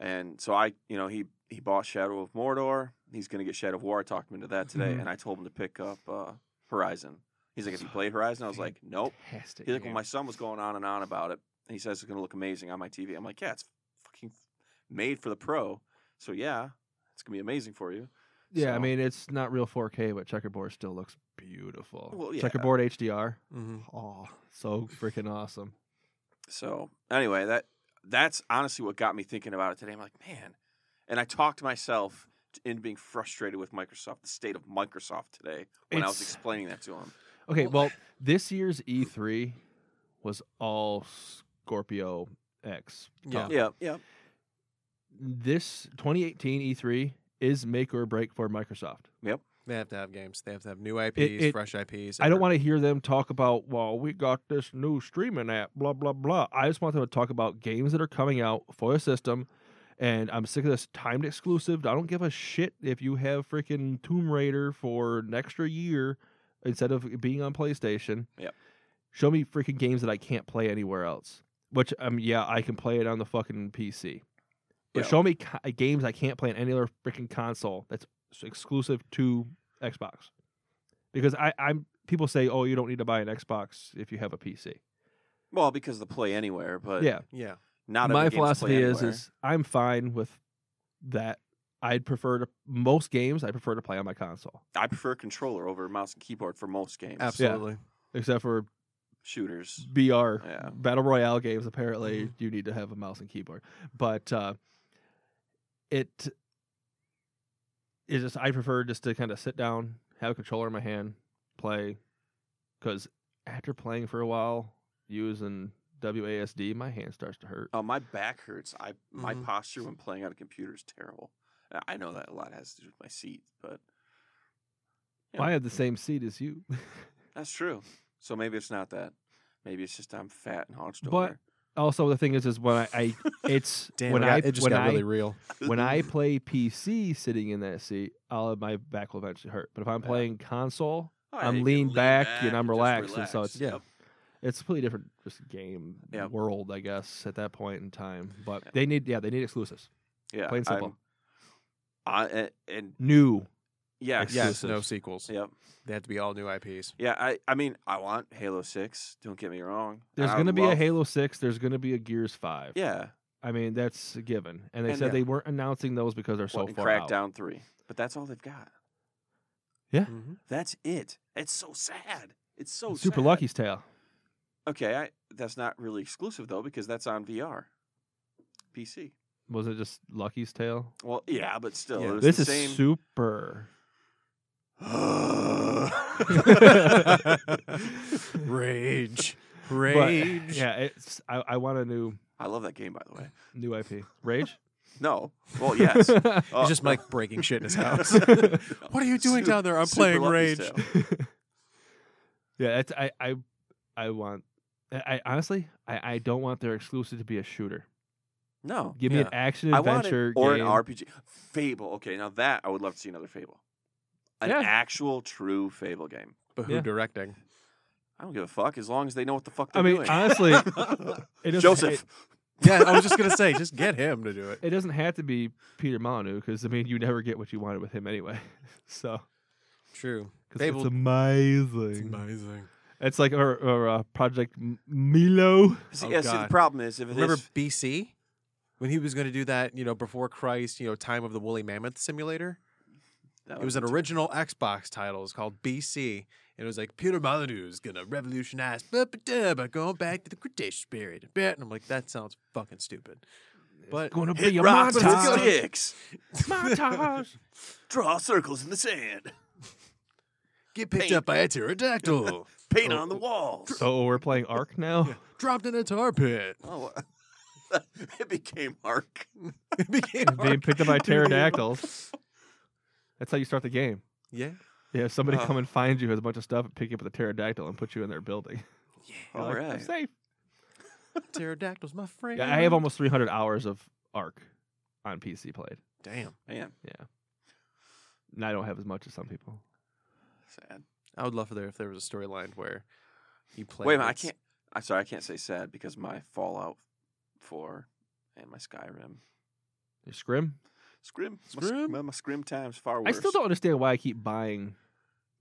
C: And so I, you know, he he bought Shadow of Mordor. He's gonna get Shadow of War. I talked him into that today,
A: Mhm.
C: and I told him to pick up uh, Horizon. He's like, "Have you played Horizon?" I was like, "Nope."
A: Fantastic.
C: He's like, well,
A: game.
C: my son was going on and on about it. And he says it's going to look amazing on my TV. I'm like, yeah, it's fucking made for the pro. So yeah, it's going to be amazing for you.
A: yeah, I
C: so-
A: mean, it's not real 4K, but Checkerboard still looks beautiful.
C: Well, yeah.
A: Checkerboard HDR.
B: Mm-hmm.
A: Oh, so freaking awesome.
C: So anyway, that that's honestly what got me thinking about it today. I'm like, man, and I talked myself into being frustrated with Microsoft, the state of Microsoft today when I was
A: It's-
C: explaining that to him.
A: Okay,
B: Well-
A: well,
B: <laughs>
A: this year's E3 was all Scorpio X.
B: Yeah.
A: talk.
C: Yeah, yeah,
A: This 2018 E3 is make or break for Microsoft.
B: They have to have games. They have to have new IPs,
A: it-
B: fresh IPs.
A: I don't want to hear them talk about, well, we got this new streaming app, blah, blah, blah. I just want them to talk about games that are coming out for a system. And I'm sick of this timed exclusive. I don't give a shit if you have freaking Tomb Raider for an extra year instead of it being on PlayStation.
C: Yep.
A: Show me freaking games that I can't play anywhere else. Which, um, yeah, I can play it on the fucking PC. But
C: Yeah.
A: show me co- games I can't play on any other freaking console that's s- exclusive to Xbox. Because I, I'm people say, "Oh, you don't need to buy an Xbox if you have a PC."
C: Well, because the play anywhere, but
A: yeah,
B: Yeah.
C: not every
A: my
C: game's play
A: philosophy is
C: anywhere.
A: is I'm fine with that. I'd prefer to most games. I prefer to play on my console,
C: I prefer controller over mouse and keyboard for most games.
B: Absolutely.
A: except for
C: Shooters.
A: BR
C: Yeah. Mm-hmm.
A: battle royale games. Apparently, you need to have a mouse and keyboard, but uh, it is just I prefer just to kind of sit down, have a controller in my hand, play. Because after playing for a while using WASD, my hand starts to hurt.
C: Oh, my back hurts. I my
A: Mm-hmm.
B: Mhm.
C: posture when playing on a computer is terrible. I- I know that a lot has to do with my seat, but yeah.
A: I have the same seat as you. <laughs>
C: that's true. So maybe it's not that. Maybe it's just I'm fat and hunched
A: But-
C: over.
A: also, the thing is, is when I,
C: <laughs>
A: I it's
B: Damn.
A: when
B: it,
A: I
B: got- it just
A: when
B: got
A: I
B: really real.
A: when I play PC sitting in that seat, I'll have my back will eventually hurt. But if I'm
C: Yeah.
A: playing console,
C: Oh,
A: I'm
C: you can
A: leaned
C: lean
A: back and I'm
C: just
A: relaxed, and so
C: relax.
A: it's-
B: Yeah.
C: Yep.
A: it's a completely different just game
C: Yeah.
A: world, I guess, at that point in time. But
C: Yeah.
A: they need yeah, they need exclusives.
C: yeah.
A: Plain simple.
C: I'm- I, and, and
A: New.
C: yeah,
A: Ex-
B: Yes.
A: Exclusive.
B: No sequels.
C: Yep.
B: They have to be all new IPs.
C: Yeah, I, I mean, I want Halo Six. Don't get me wrong. and
A: There's
C: I
A: gonna be a
C: love-
A: Halo six, there's gonna be a Gears five.
C: Yeah,
A: I mean, that's a given. And they
C: And
A: said
C: yeah.
A: they weren't announcing those because they're so
C: well, and
A: far out.
C: Crackdown Three, but that's all they've got.
A: Mm-hmm.
B: Mhm.
C: That's it. It's so sad. It's so
A: Super
C: Oh, sad.
A: Lucky's Tale.
C: Okay, I, that's not really exclusive though because that's on VR, PC.
A: Was it just Lucky's Tale?
C: Well, yeah, but still,
B: Yeah.
C: it was
A: This
C: the
A: is
C: same. <gasps>
A: super.
B: <laughs> Rage.
A: But,
B: Rage.
A: yeah, it's I, I want a new
C: I love that game, by
A: <laughs>
C: the way.
A: new IP. Rage?
C: No, well,
A: <laughs>
C: Oh, yes.
B: It's just Mike breaking shit in his
C: <laughs>
B: house. <laughs> what are you doing
C: Super-
B: down there? I'm
C: Super
B: playing
C: Lucky's
B: Rage.
C: Tale.
A: yeah, that's I I I want I, I honestly I, I don't want their exclusive to be a shooter.
C: No,
A: <laughs> Give me
B: Yeah.
A: an action
C: I want it-
A: adventure
C: or
A: game.
C: an RPG. Fable. Okay, now that I would love to see another Fable, an
A: Yeah.
C: actual true Fable game.
B: But who
A: Yeah. <laughs>
B: directing?
C: I don't give a fuck as long as they know what the fuck
A: I
C: they're
A: mean,
C: doing.
A: honestly,
C: <laughs>
A: <laughs> it doesn't,
C: Joseph.
A: It,
B: Yeah, I was just gonna say, just get him to do it.
A: <laughs> it doesn't have to be Peter Molyneux because I mean you never get what you wanted with him anyway. <laughs> So
B: True.
A: 'cause
B: Fable-
A: it's amazing. It's,
B: amazing.
A: like or, or uh, Project M- Milo.
C: See,
B: Oh,
C: yeah, see, the
B: God.
C: problem is if it
B: Remember
C: is-
B: BC when he was going to do that, you know, before Christ, you know, time of the woolly mammoth simulator.
C: that
B: It was an
C: would've
B: original Xbox title. It's called BC, and it was like Peter Molyneux's gonna revolutionize blah, blah, blah, by going back to the Cretaceous period. And I'm like, that sounds fucking stupid. But
A: Gonna
C: been-
A: be a
C: Hit rocks with
A: montage.
C: sticks.
A: montage.
C: Draw circles in the sand.
B: get picked
C: Paint.
B: up by
C: <laughs>
B: a pterodactyl,
C: Paint
B: Oh.
C: on the walls.
A: So we're playing Ark now.
B: dropped in a tar pit. <laughs>
C: Oh, <laughs> it became arc.
B: It became
A: <laughs> Being picked up by pterodactyls. That's how you start the game.
B: yeah,
A: Yeah, if somebody
C: Huh.
A: come and find you has a bunch of stuff and pick you up with a pterodactyl and put you in their building. <laughs> You're
C: All
A: like,
C: right.
A: "I'm safe."
B: pterodactyls, my friend.
A: Yeah, I have almost 300 hours of Ark on PC played.
B: Damn,
C: Man,
A: And I don't have as much as some people.
C: sad.
B: I would love for there if there was a storyline where you play.
C: Wait a minute, I
B: against-
C: can't. I'm sorry, I can't say sad because my Fallout 4 and my Skyrim.
A: Your Scrim?
C: Scrim. my
B: Scrim?
C: My, my Scrim time's far
A: I
C: worse.
A: still don't understand why I keep buying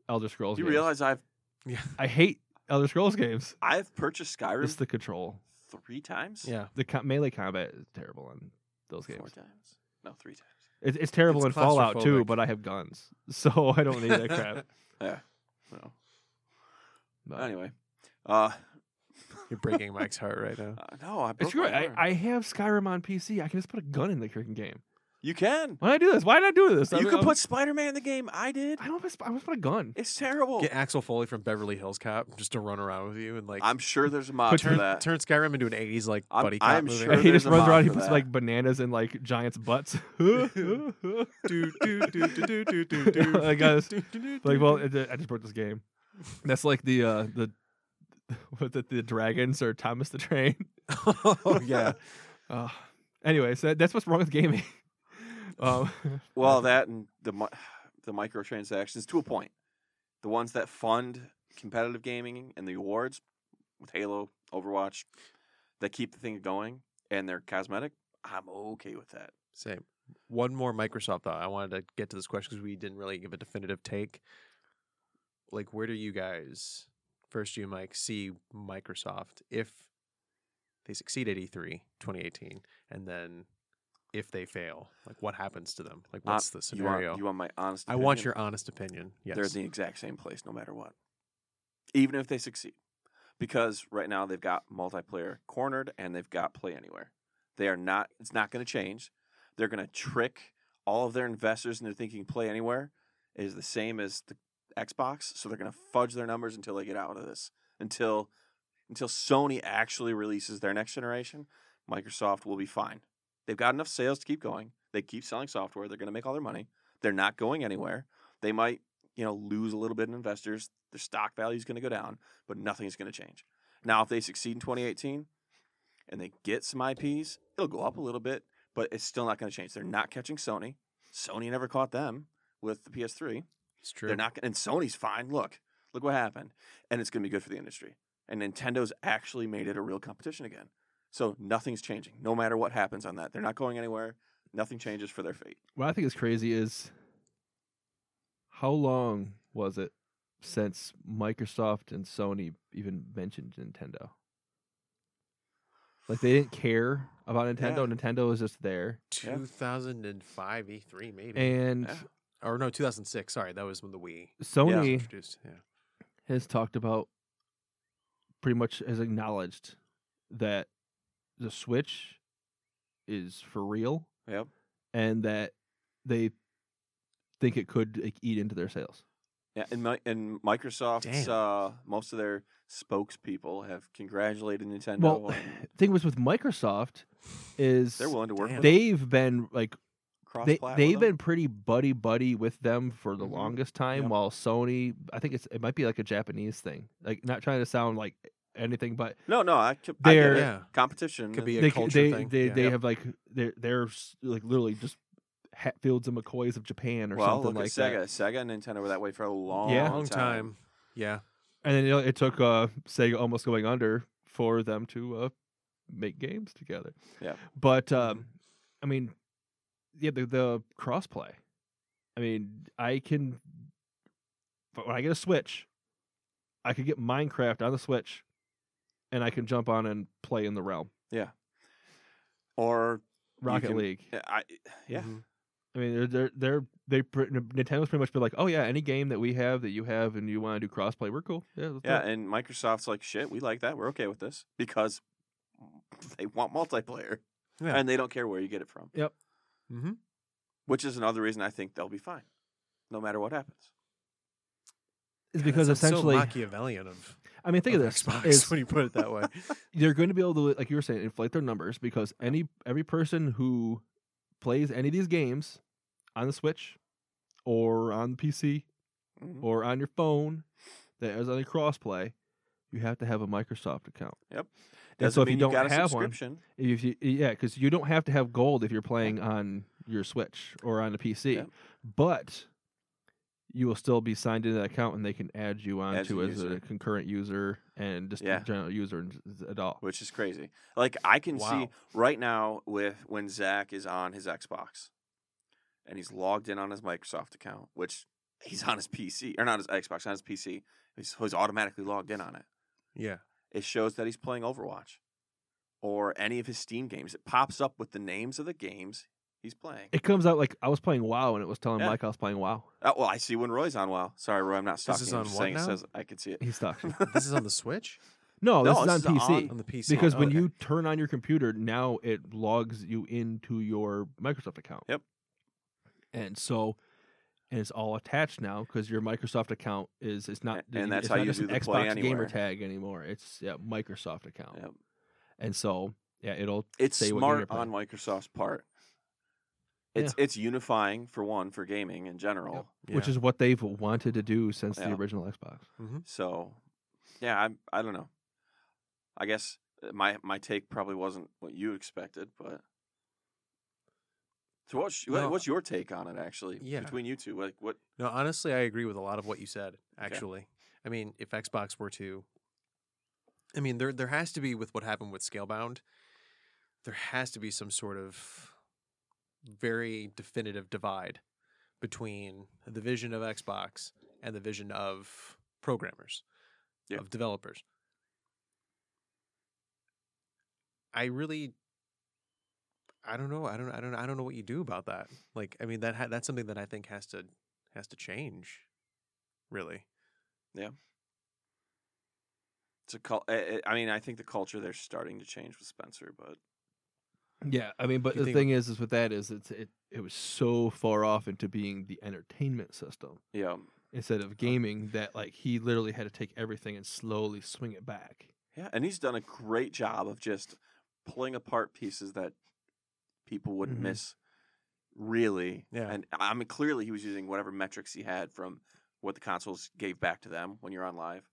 A: Elder Scrolls.
C: Do you
A: games.
C: realize I've
B: Yeah,
A: I hate Elder Scrolls games.
C: I've purchased Skyrim
A: It's the control.
C: three times?
B: yeah.
A: The co- melee combat is terrible in those
C: Four
A: games.
C: times? No, three times.
A: It's, it's terrible
B: It's
A: in Fallout too,
B: claustrophobic.
A: but I have guns, <laughs> so I don't need that crap.
C: Yeah. Well,
A: But
C: anyway. Uh,
B: You're breaking Mike's heart
C: <laughs>
B: right now.
C: uh, no, I broke
A: It's great.
C: my
A: I,
C: arm.
A: I have Skyrim on PC. I can just put a gun in the freaking game.
C: You can.
A: Why did I do this? Why did I do this? I
C: You
A: mean,
C: can
A: I'm-
C: put Spider Man in the game. I did.
A: I don't. I just put a gun.
C: It's terrible.
B: Get Axel Foley from Beverly Hills Cop just to run around with you and like
C: I'm sure there's a mob
A: Put
C: for
B: turn
C: that.
B: turn <laughs> Skyrim into an '80s like
C: I'm-
B: buddy cop
C: I'm
B: movie. <laughs>
C: sure-
A: he
C: there's
A: just
C: a
A: runs
C: mod
A: around. He
C: for
A: puts
C: that.
A: like bananas in like giants'
C: <laughs>
A: butts. <laughs> like,
B: do, do, do, do, do, do, do, do,
A: Like, uh,
B: do, do, do, do,
A: well,
B: <laughs> do.
A: it, <laughs> I just broke this game. That's like the uh, the <laughs> what the, the dragons or Thomas the Train. <laughs>
B: oh yeah,
A: Uh, anyway, so that's what's wrong with gaming. <laughs> um,
C: <laughs>
A: <laughs>
C: Well, that and the mi- <sighs> the microtransactions to a point. The ones that fund competitive gaming and the awards with Halo, Overwatch, that keep the thing going and they're cosmetic. I'm okay with that.
B: same. One more Microsoft thought. I wanted to get to this question because we didn't really give a definitive take. like where do you guys first you Mike see Microsoft if they succeed at E E3 2018 and then if they fail like what happens to them like
C: Uh,
B: what's the
C: You want,
B: scenario
C: you want my honest?
B: I want
C: opinion?
B: your honest opinion yes
C: They're in the exact same place no matter what, even if they succeed, because right now they've got multiplayer cornered and they've got play anywhere. They are not. It's not going to change. They're going to trick all of their investors into thinking play anywhere is the same as the Xbox. So they're going to fudge their numbers until they get out of this. Until until Sony actually releases their next generation, Microsoft will be fine. They've got enough sales to keep going. They keep selling software. They're going to make all their money. They're not going anywhere. They might you know lose a little bit in investors their stock value is going to go down but nothing is going to change now if they succeed in 2018 and they get some ips it'll go up a little bit but it's still not going to change they're not catching sony sony never caught them with the ps3
B: it's true
C: they're not gonna, and sony's fine look look what happened and it's going to be good for the industry and nintendo's actually made it a real competition again so nothing's changing no matter what happens on that they're not going anywhere nothing changes for their fate
A: What I think is crazy is how long was it since Microsoft and Sony even mentioned Nintendo? Like they didn't care about Nintendo.
C: Yeah.
A: Nintendo was just there.
B: 2005 E3 E maybe
A: And
C: Yeah.
B: or no 2006 sorry that was when the Wii was
A: Sony
B: introduced yeah
A: has talked about pretty much has acknowledged that the Switch is for real
C: yep
A: and that they think it could like, eat into their sales.
C: Yeah, and Mi- and Microsoft's
B: Damn.
C: uh, most of their spokespeople have congratulated Nintendo.
A: Well, <sighs>
C: on-
A: thing was with Microsoft is
C: they're willing to work.
B: Damn.
C: With
A: they've been like
C: cross
A: they, they've been pretty buddy buddy with them for the
C: Mhm.
A: longest time
C: Yep.
A: while sony i think it's it might be like a japanese thing like not trying to sound like anything but
C: no, no. I, ca- I get
A: they're-
C: it.
B: yeah
C: competition
B: Could be a
A: they c-
B: culture
A: they
B: thing.
A: they,
B: yeah.
A: they have like they're they're s- like literally just hatfields and mccoys of japan or
C: well,
A: something
C: look
A: like
C: at Sega.
A: that
C: Sega and Nintendo were that way for a long,
A: Yeah.
B: long time yeah
A: and then you know, it took uh sega almost going under for them to uh make games together
C: Yep.
A: but
C: Mm-hmm.
A: um i mean yeah the, the crossplay i mean i can but when i get a switch i could get minecraft on the switch and i can jump on and play in the realm
C: Or
A: rocket
C: can-
A: league
C: yeah, I, yeah,
A: Mm-hmm.
B: Mhm.
A: I mean, they're they're they're they pr- Nintendo's pretty much been like, oh yeah, any game that we have that you have and you want to do crossplay, we're cool. Yeah, let's do
C: yeah.
A: it."
C: And Microsoft's like, shit, we like that. We're okay with this because <laughs> they want multiplayer
B: Yeah.
C: and they don't care where you get it from.
B: mm-hmm.
C: Which is another reason I think they'll be fine, no matter what happens.
A: It's because essentially,
B: so Machiavellian of
A: I mean, think of
B: of
A: this:
B: Xbox
A: is
B: <laughs> when you put it that way.
A: they're going to be able to, like you were saying, inflate their numbers because any every person who plays any of these games on the Switch or on the PC
C: Mhm.
A: or on your phone that is on a crossplay, you have to have a Microsoft account.
C: Yep.
A: And
C: Doesn't
A: so if
C: mean
A: you don't
C: got a
A: have one,
C: subscription,
A: If you yeah, because you don't have to have gold if you're playing on your Switch or on a PC,
C: Yep.
A: but you will still be signed into that account and they can add you on
C: As
A: to
C: a
A: as a
C: user.
A: concurrent user and just
C: Yeah.
A: a general user and z- at all.
C: which is crazy. Like I can see
B: Wow.
C: right now with when Zach is on his Xbox and he's logged in on his Microsoft account, which he's on his PC or not his Xbox, on his PC. He's, he's automatically logged in on it.
B: Yeah,
C: It shows that he's playing Overwatch or any of his Steam games. It pops up with the names of the games he's playing.
A: It comes out like I was playing WoW and it was telling
C: Yeah.
A: Mike I was playing WoW.
C: Oh, well, I see when Roy's on. WoW. sorry, Roy, I'm not stalking.
B: is
C: you. I'm
B: on
C: just
B: what
C: saying it
B: now?
C: says I can see it.
A: He
C: <laughs>
A: stalked you.
B: this is on the Switch
A: No,
C: No,
A: this
C: this
A: is on
C: is
A: PC.
B: on the Oh, PC
A: because when
C: Oh,
B: Okay.
A: you turn on your computer, now it logs you into your Microsoft account.
C: Yep.
A: And so, and it's all attached now because your Microsoft account is it's not
C: A- and that's
A: it's
C: how
A: not
C: you
A: just
C: do
A: an
C: the
A: Xbox
C: play
A: gamer
C: anywhere.
A: tag anymore. It's yeah Microsoft account.
C: Yep.
A: And so yeah, it'll
C: it's
A: say what game you're
C: smart
A: playing.
C: on Microsoft's part. It's it's unifying for one for gaming in general.
A: which
B: Yeah.
A: is what they've wanted to do since the
C: Yeah.
A: original Xbox.
C: So, yeah, I I don't know. I guess uh, my my take probably wasn't what you expected, but so what's what-
B: No.
C: what's your take on it actually
B: Yeah.
C: between you two? Like what?
B: no. Honestly, I agree with a lot of what you said. Actually, I mean, if Xbox were to, I mean, there there has to be with what happened with Scalebound, there has to be some sort of very definitive divide between the vision of Xbox and the vision of programmers,
C: Yeah.
B: of developers. I really, I don't know. I don't. I don't. I don't know what you do about that. Like, I mean, that ha- that's something that I think has to has to change. Really,
C: It's a cul- I I- I mean, I think the culture there's starting to change with Spencer, but
A: Yeah, I mean, but
B: You
A: the
B: think-
A: thing is, is with that is it's it it was so far off into being the entertainment system
C: yeah,
A: instead of gaming that like he literally had to take everything and slowly swing it back.
C: yeah, and he's done a great job of just pulling apart pieces that people would
A: Mhm.
C: miss, really.
B: Yeah.
C: and I mean, clearly he was using whatever metrics he had from what the consoles gave back to them when you're on live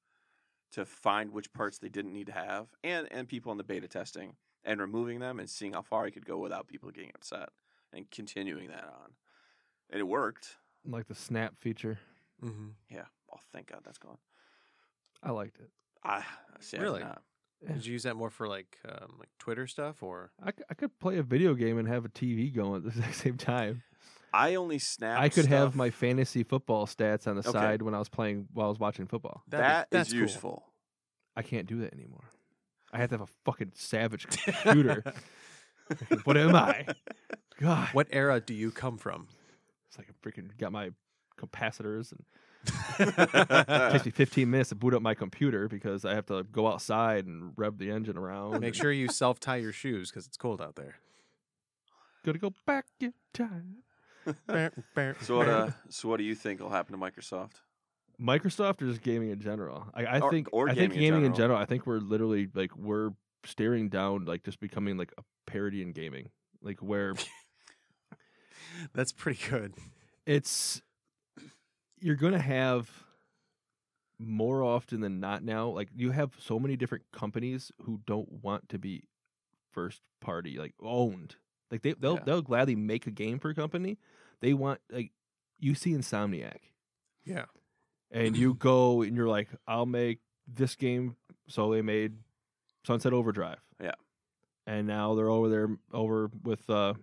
C: to find which parts they didn't need to have, and and people in the beta testing and removing them and seeing how far he could go without people getting upset and continuing that on, and it worked.
A: Like the snap feature,
B: mm-hmm.
C: Yeah, oh thank God that's gone.
A: I liked it.
C: I see, I did
B: Really?
C: not.
A: Yeah.
B: did you use that more for like um, like Twitter stuff or?
A: I, c- I could play a video game and have a TV going at the <laughs> exact same time.
C: I only snapped.
A: I could have
C: stuff-
A: my fantasy football stats on the
C: Okay.
A: side when I was playing while I was watching football.
B: That'd be-
C: That is
B: that's cool. <laughs>
C: useful.
A: I can't do that anymore. I have to have a fucking savage
C: <laughs>
A: computer. what am I? God,
B: What era do you
C: <laughs>
B: come <laughs> from?
A: it's like I freaking got my capacitors and
C: Uh.
A: It takes me 15 minutes to boot up my computer because I have to go outside and rev the engine around.
B: Make
A: and
B: sure you self tie your shoes because it's cold out <laughs> there.
A: Gotta go back in time.
C: So what?
B: <laughs>
C: Uh, so what do you think will happen to Microsoft?
A: Microsoft or just gaming in general? I, I
C: Or-
A: think.
C: or
A: I think
C: gaming in
A: gaming in
C: general.
A: general. I think we're literally like we're staring down like just becoming like a parody in gaming, like where
B: That's pretty good.
A: it's you're gonna have more often than not now like you have so many different companies who don't want to be first party like owned like they they'll
C: Yeah.
A: they'll gladly make a game for a company they want like you see insomniac
B: Yeah.
A: and you go and you're like i'll make this game so they made sunset overdrive
C: Yeah.
A: and now they're over there over with uh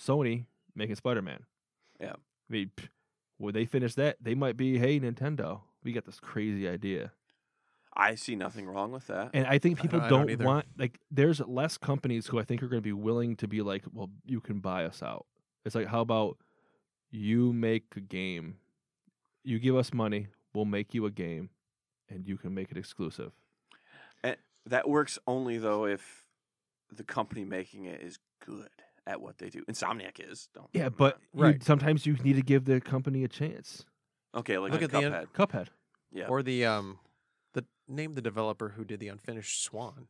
A: sony making spider-man
C: Yeah.
A: i mean pff, when they finish that they might be hey nintendo we got this crazy idea
C: I see nothing wrong with that.
A: and I think
B: I
A: people
B: don't- I don't
A: don't,
B: either.
A: want like there's less companies who I think are going to be willing to be like, well, you can buy us out. It's like, how about you make a game, you give us money, we'll make you a game, and you can make it exclusive.
C: that works only though if the company making it is good at what they do. Insomniac is. Don't
A: Yeah,
C: I'm
A: but
B: you- Right.
A: sometimes you need to give the company a chance.
C: not- okay, like
B: Look
C: on
B: at the end-
C: Cuphead.
A: Cuphead.
C: Yeah.
B: Or the um, the name the developer who did the unfinished Swan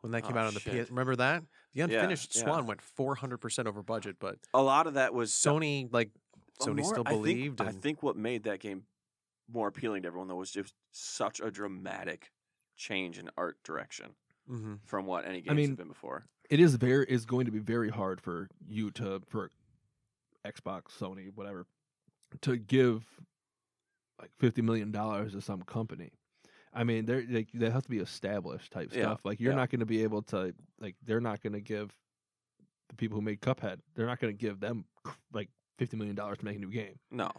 B: when that came
C: Oh,
B: out on the
C: shit.
B: PS. Remember that the unfinished
C: yeah.
B: Swan went four hundred percent over budget, but
C: a lot of that was
B: Sony like
C: But
B: Sony
C: more-
B: still
C: I think-
B: believed.
C: I think,
B: and,
C: what made that game more appealing to everyone though was just such a dramatic change in art direction
B: hmm
C: from what any games
A: mean,
C: have been before.
A: It is very is going to be very hard for you to for Xbox, Sony, whatever, to give like fifty million dollars to some company. I mean, they're like they have to be established type
C: Yeah,
A: stuff. Like you're
C: yeah.
A: not going to be able to like they're not going to give the people who made Cuphead. They're not going to give them like fifty million dollars to make a new game.
C: No.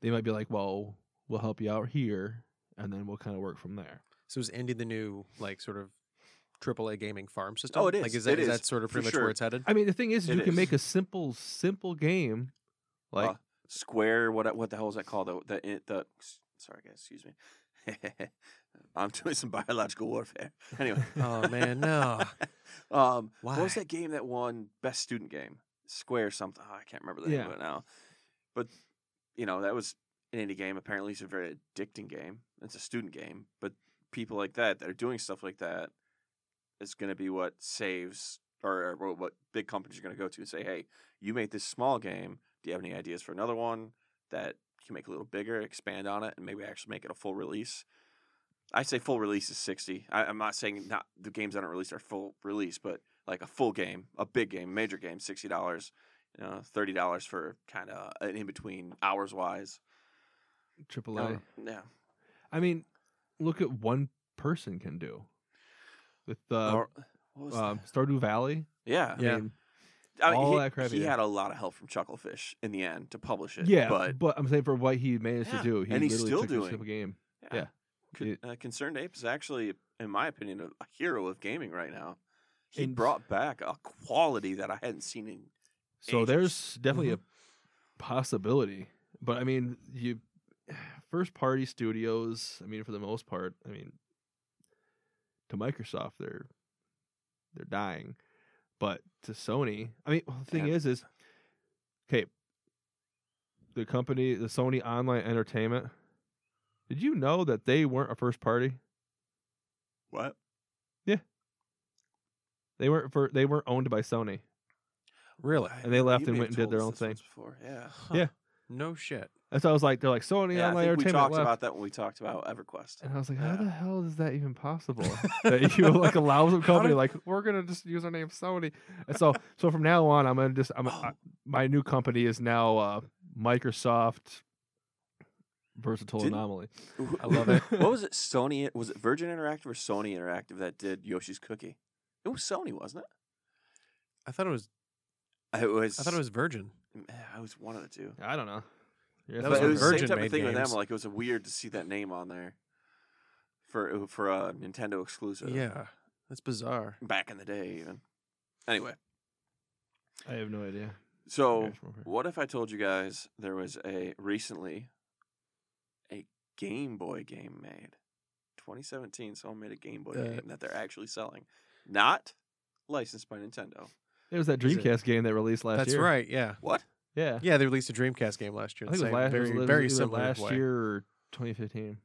A: They might be like, well, we'll help you out here, and then we'll kind of work from there.
B: So is Indie the new like sort of AAA gaming farm system?
A: Oh,
C: it
B: Like
C: is.
B: is that
C: It is,
B: that sort of
C: for
B: pretty much
C: sure.
B: where it's headed?
A: I mean, the thing is,
C: It
A: you can
C: is.
A: make a simple, simple game like
C: Uh, Square, what what the hell is that called? The the, in- the sorry guys, excuse me. <laughs> I'm doing some biological warfare. Anyway,
B: oh
A: <laughs>
B: man, no.
C: um,
B: Why?
C: What was that game that won best student game? Square something. Oh, I can't remember the name of
A: Yeah.
C: it now. But you know that was an indie game. Apparently, it's a very addicting game. It's a student game, but people like that that are doing stuff like that is going to be what saves or, or what- what big companies are going to go to and say, "Hey, you made this small game. Do you have any ideas for another one that you can make a little bigger, expand on it, and maybe actually make it a full release?" I say full release is sixty. I, I'm not saying not the games that aren't released are full release, but like a full game, a big game, major game, sixty dollars, you know, thirty dollars for kind of an in between hours wise.
A: AAA.
C: Um, yeah,
A: I mean, look at one person can do with uh,
C: Or- what was
A: um,
C: that?
A: Stardew Valley.
C: yeah,
A: I
B: Yeah.
A: mean,
C: I mean,
A: all
C: he,
A: that crap,
C: He
A: yeah.
C: had a lot of help from Chucklefish in the end to publish it.
A: yeah,
C: but
A: but I'm saying for what he managed
C: Yeah,
A: to do, he
C: and he's
A: literally
C: still
A: took a
C: doing.
A: simple game. Yeah.
C: Co-
A: It-
C: uh, Concerned Ape is actually, in my opinion, a, a hero of gaming right now. He
A: And-
C: brought back a quality that I hadn't seen in.
A: So
C: ages.
A: there's
C: Mm-hmm.
A: definitely a possibility, but I mean, you <sighs> first party studios. I mean, for the most part, I mean, to Microsoft, they're they're dying, but to Sony, I mean, well, the thing
C: Yeah.
A: is, is okay. The company, the Sony Online Entertainment. Did you know that they weren't a first party?
C: Mm-hmm. What?
A: They weren't for they weren't owned by Sony.
B: Really?
A: And they left
C: You
A: and
C: may
A: went
C: have
A: and did
C: told
A: their
C: us
A: own
C: this once
A: thing.
C: Before. Yeah.
B: Huh.
A: Yeah.
B: No shit.
A: And so I was like, they're like Sony Online
C: yeah I think we
A: Entertainment.
C: talked
A: left.
C: about that when we talked about EverQuest.
A: And I was like, how
C: Yeah.
A: the hell is that even
C: <laughs>
A: possible? that you like allow some
B: How
A: company
B: did-
A: like we're gonna just use our name Sony. And
C: <laughs>
A: so so from now on, I'm gonna just I'm
C: <gasps>
A: I, my new company is now uh, Microsoft Versatile
C: Didn't-
A: Anomaly.
B: I love it.
C: <laughs> what was it? Sony? Was it Virgin Interactive or Sony Interactive that did Yoshi's Cookie? It was Sony, wasn't
B: I thought it was.
C: it? It was.
B: I thought it was Virgin.
C: I was one of the two.
A: I don't know. You're
B: That
C: but
B: was
C: it
B: when
C: was the same
B: Virgin
C: type of
B: made
C: thing with
B: games.
C: them. Like it was weird to see that name on there for for a Nintendo
A: uh,
C: exclusive.
B: Yeah. That's bizarre.
C: back in the day, even. Anyway,
A: I have no idea.
C: so what if I told you guys there was a recently a Game Boy game made, 2017. Someone made a Game Boy
B: Uh,
C: game that they're actually selling, not licensed by Nintendo.
A: It was that
B: Is it-
A: Dreamcast game that released last
B: That's
A: year.
B: right. Yeah.
C: What?
A: Yeah.
B: Yeah, they released a Dreamcast game last
A: I think it
B: year. the
A: was
B: same,
A: last,
B: very,
A: it was
B: very
A: either
B: similar
A: last
B: way.
A: year or 2015.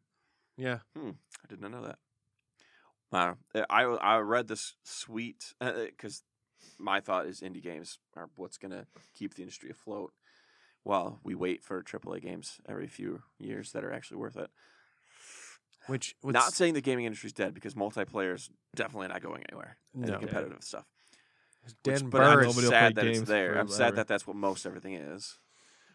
B: Yeah.
C: I did not know that. Wow, Uh, I I read this sweet because my thought is indie games are what's gonna keep the industry afloat while we wait for AAA games every few years that are actually worth it.
B: Which what's,
C: Not saying the gaming industry's dead because multiplayer is definitely not going anywhere. and the
B: no.
C: competitive stuff.
B: Dan
C: Which- but
B: Burr
A: Nobody
C: I'm
B: is-
A: will play
C: sad that it's
A: games
C: there. I'm sad
A: forever.
C: that that's what most everything is.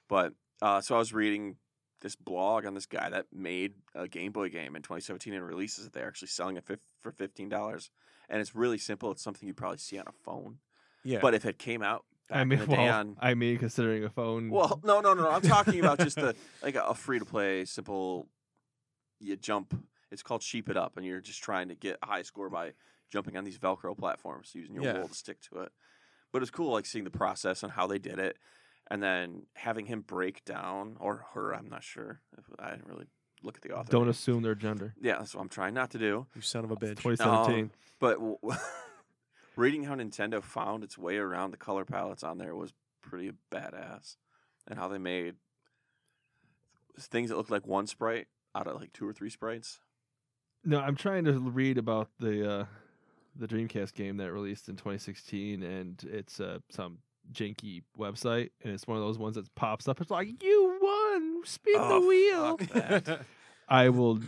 C: But uh, so I was reading this blog on this guy that made a Game Boy game in 2017 and releases it. They're actually selling it fif- for fifteen dollars, and it's really simple. It's something you probably see on a phone.
B: yeah.
C: But if it came out back
A: I mean,
C: in the day
A: well,
C: on,
A: I mean, considering a phone.
C: well, no, no, no, no. I'm talking about just the like a, free to play simple. You jump. It's called sheep it up, and you're just trying to get a high score by jumping on these Velcro platforms using your
B: Yeah.
C: roll to stick to it. But it's cool, like seeing the process and how they did it, and then having him break down or her. I'm not sure. I didn't really look at the
A: <laughs>
C: author. <laughs>
A: Don't assume their gender.
C: Yeah, that's what I'm trying not to do.
B: you son
A: <laughs>
B: of
C: <laughs>
B: a bitch.
A: 2017.
C: But w- <laughs> reading how Nintendo found its way around the color palettes on there was pretty badass, and how they made things that looked like one sprite out of like two or three sprites.
A: No, I'm trying to read about the uh, the Dreamcast game that released in 2016, and it's uh, some janky website, and it's one of those ones that pops up. It's like you won, spin
C: Oh,
A: the wheel.
C: fuck
A: <laughs>
C: that.
A: I will.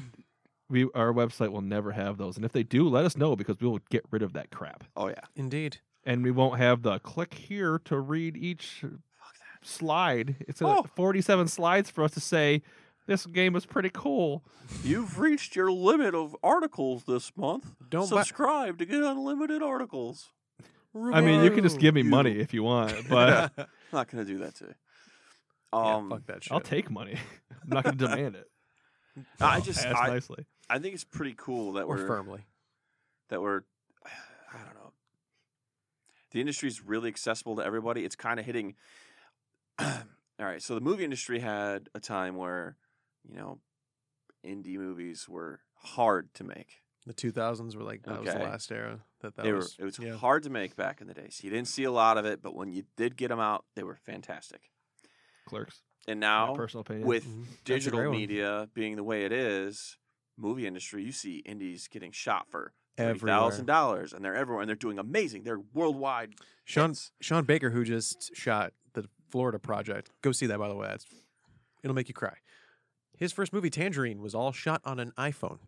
A: We our website will never have those, and if they do, let us know because we will get rid of that crap,
C: oh yeah,
B: <laughs> Indeed.
A: and we won't have the click here to read each
C: fuck that.
A: slide. It's
B: Oh.
A: like 47 slides for us to say this game was pretty cool.
C: You've reached your limit of articles this month.
B: Don't buy-
C: subscribe to get unlimited articles.
B: <laughs>
A: I mean, you can just give me
C: You.
A: money if you want, <laughs>
C: <laughs>
A: but.
B: yeah,
C: I'm not gonna do that to you. Um,
B: fuck that shit.
A: I'll take money. <laughs> I'm not going to demand it. <laughs>
C: I just
A: Ask
C: I,
A: nicely.
C: I think it's pretty cool that
B: or
C: we're
B: firmly.
C: that were <sighs> I don't know. The industry is really accessible to everybody. It's kind of hitting. <clears throat> All right, so the movie industry had a time where, you know, indie movies were hard to make.
B: The 2000s were like that was the
C: Okay.
B: last era that that
C: They were,
B: was.
C: it was
B: yeah.
C: hard to make back in the day, so you didn't see a lot of it. But when you did get them out, they were fantastic.
A: Clerks.
C: And
A: my
C: now,
A: personal opinion.
C: with
B: Mhm. That's a great
C: digital
B: one.
C: media being the way it is, movie industry, you see indies getting shot for three
B: Everywhere.
C: thousand dollars, and they're everywhere, and they're doing amazing. They're worldwide
B: Sean
C: hits.
B: Sean Baker, who just shot the Florida Project, go see that by the way. That's, it'll make you cry. His first movie, Tangerine, was all shot on an iPhone.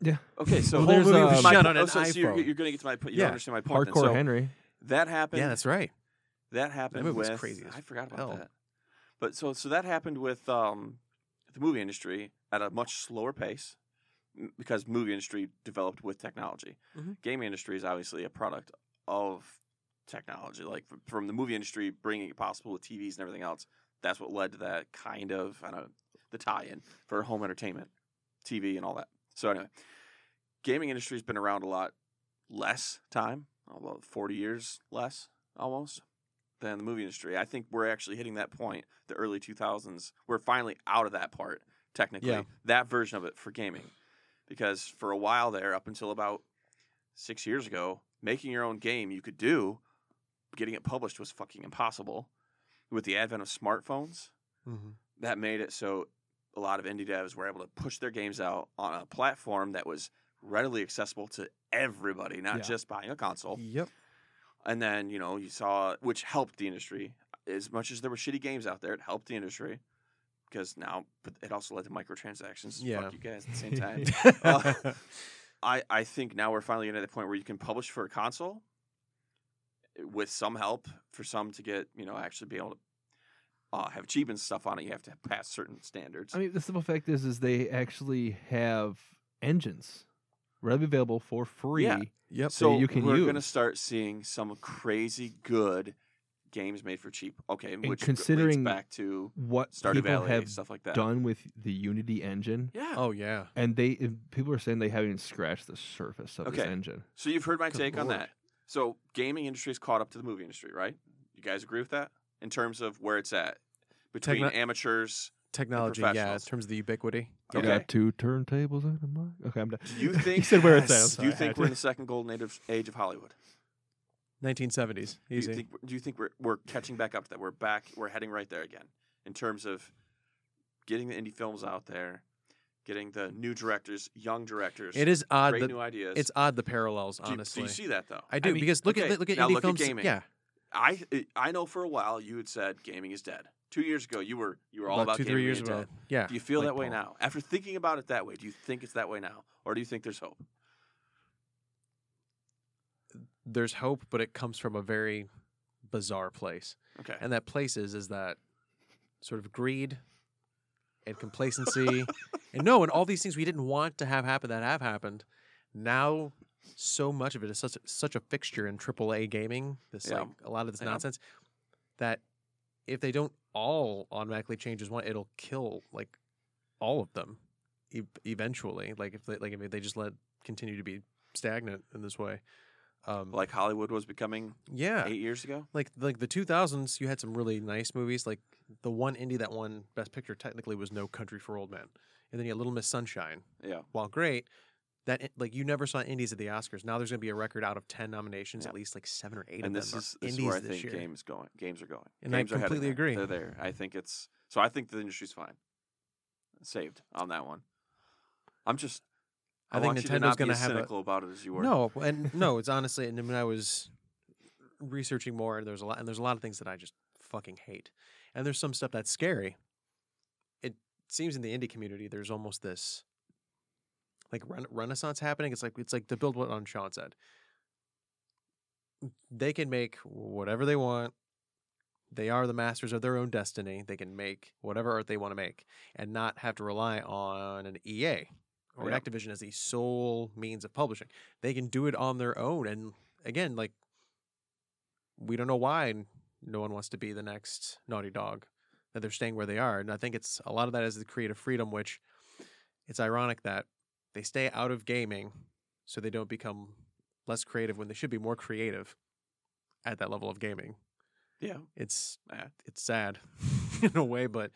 A: yeah,
C: Okay, so
B: the whole
A: there's,
B: movie
A: uh,
B: was
C: my
B: shot
C: po-
B: on
C: oh,
B: an
C: so, so you're,
B: iPhone.
C: you're going to get to my point. You
B: Yeah.
C: don't understand my point. then.
A: hardcore
C: So
A: Henry.
C: that happened.
B: Yeah, that's right.
C: that happened
B: movie was
C: with.
B: crazy as
C: I forgot about
B: hell.
C: that. But so so that happened with um, the movie industry at a much slower pace m- because movie industry developed with technology.
B: Mhm.
C: Game industry is obviously a product of technology, like f- from the movie industry bringing it possible with TVs and everything else. That's what led to that kind of I don't know, the tie-in for home entertainment. TV and all that. So anyway, gaming industry has been around a lot less time, about 40 years less almost than the movie industry. I think we're actually hitting that point, the early 2000s. We're finally out of that part technically.
B: Yeah.
C: That version of it for gaming. Because for a while there up until about 6 years ago, making your own game you could do, getting it published was fucking impossible. With the advent of smartphones,
B: Mm-hmm.
C: that made it so a lot of indie devs were able to push their games out on a platform that was readily accessible to everybody, not
A: Yeah.
C: just buying a console. <laughs>
B: Yep.
C: And then, you know, you saw which helped the industry. As much as there were shitty games out there, it helped the industry because now, but it also led to microtransactions.
B: Yeah.
C: Fuck you guys at the
A: <laughs>
C: same time. I, I think now we're finally getting to the point where you can publish for a console eh, with some help for some to get, you know, actually be able to uh, have achievements stuff on it. You have to pass certain standards.
A: I mean, the simple fact is, is they actually have engines readily available for free.
C: Yeah.
B: <laughs> yep.
C: so
A: you can
C: we're going to
A: use.
C: start seeing some crazy good games made for cheap. Okay, which g- leads
A: considering
C: back to
A: What
C: Stardew
A: people
C: Valley
A: have
C: stuff like that.
A: done with the Unity engine,
C: Yeah.
B: Oh yeah.
A: and they and people are saying they haven't even scratched the surface of this
C: Okay.
A: engine.
C: So you've heard my
B: Good
C: take on
B: lord.
C: that. So gaming industry's caught up to the movie industry, right? You guys agree with that in terms of where it's at between
B: Techno-
C: amateurs.
B: <laughs> Technology. Yeah. In
C: professionals.
B: terms of the ubiquity.
A: You
C: Okay.
A: got two turntables and a mic. Okay, I'm done.
C: Do you
A: <laughs>
C: think
A: you said where it's at? I'm
C: do
A: sorry,
C: you
A: I
C: think
A: had
C: we're in
A: to-
C: the second golden age of, age of Hollywood?
B: 1970s.
C: Do you
B: Easy.
C: think do you think we're we're catching back up to that? We're back. We're heading right there again in terms of getting the indie films out there, getting the new directors, young directors,
B: it is odd
C: great
B: that
C: new ideas.
B: it's odd the parallels.
C: do you,
B: Honestly,
C: do you see that though?
B: I do
A: mean,
B: because look
C: okay,
B: at look at
C: now
B: indie
C: look at
B: films.
C: gaming.
B: Yeah.
C: I eh, I know for a while you had said gaming is dead. Two years ago, you were you were all about
B: two
C: gaming
B: three years
C: being
B: ago.
C: dead.
B: Yeah.
C: Do you feel
B: like
C: that way
B: Paul.
C: now? After thinking about it that way, do you think it's that way now, or do you think there's hope?
B: There's hope, but it comes from a very bizarre place.
C: Okay.
B: and that place is is that sort of greed and complacency and no and all these things we didn't want to have happen that have happened now so much of it is such such a fixture in AAA gaming this
C: Yeah.
B: like a lot of this
C: Yeah.
B: nonsense that if they don't all automatically change as one it'll kill like all of them e- eventually like if they like if they just let continue to be stagnant in this way um
C: like Hollywood was becoming
B: yeah
C: eight years ago.
B: like like the 2000s you had some really nice movies like the one indie that won best picture technically was no country for old men and then you had little miss sunshine
C: Yeah.
B: while great that like you never saw indies at the oscars now there's going to be a record out of 10 nominations
C: Yeah.
B: at least like 7 or 8
C: And
B: of
C: this
B: them
C: is
B: are
C: this is
B: indies
C: where I
B: this
C: think
B: year
C: games going games are going.
B: And I
C: Games are heading
B: completely
C: there.
B: agree.
C: They're there. I think it's so. I think the industry's fine. Saved on that one. I'm just. I,
B: i think
C: want you to
B: nintendo's
C: not be
B: going to
C: as
B: have a,
C: cynical about it as you were.
B: no
C: <laughs>
B: and no it's honestly and when i was researching more and there's a lot and there's a lot of things that i just fucking hate and there's some stuff that's scary it seems in the indie community there's almost this like rena- renaissance happening it's like it's like to build what on sean said they can make whatever they want they are the masters of their own destiny they can make whatever art they want to make and not have to rely on an ea or an
C: Yeah.
B: activision as the sole means of publishing they can do it on their own and again like we don't know why no one wants to be the next naughty dog that they're staying where they are and i think it's a lot of that is the creative freedom which it's ironic that they stay out of gaming so they don't become less creative when they should be more creative at that level of gaming
C: Yeah.
B: it's uh,
C: Yeah.
B: it's sad <laughs> in a way but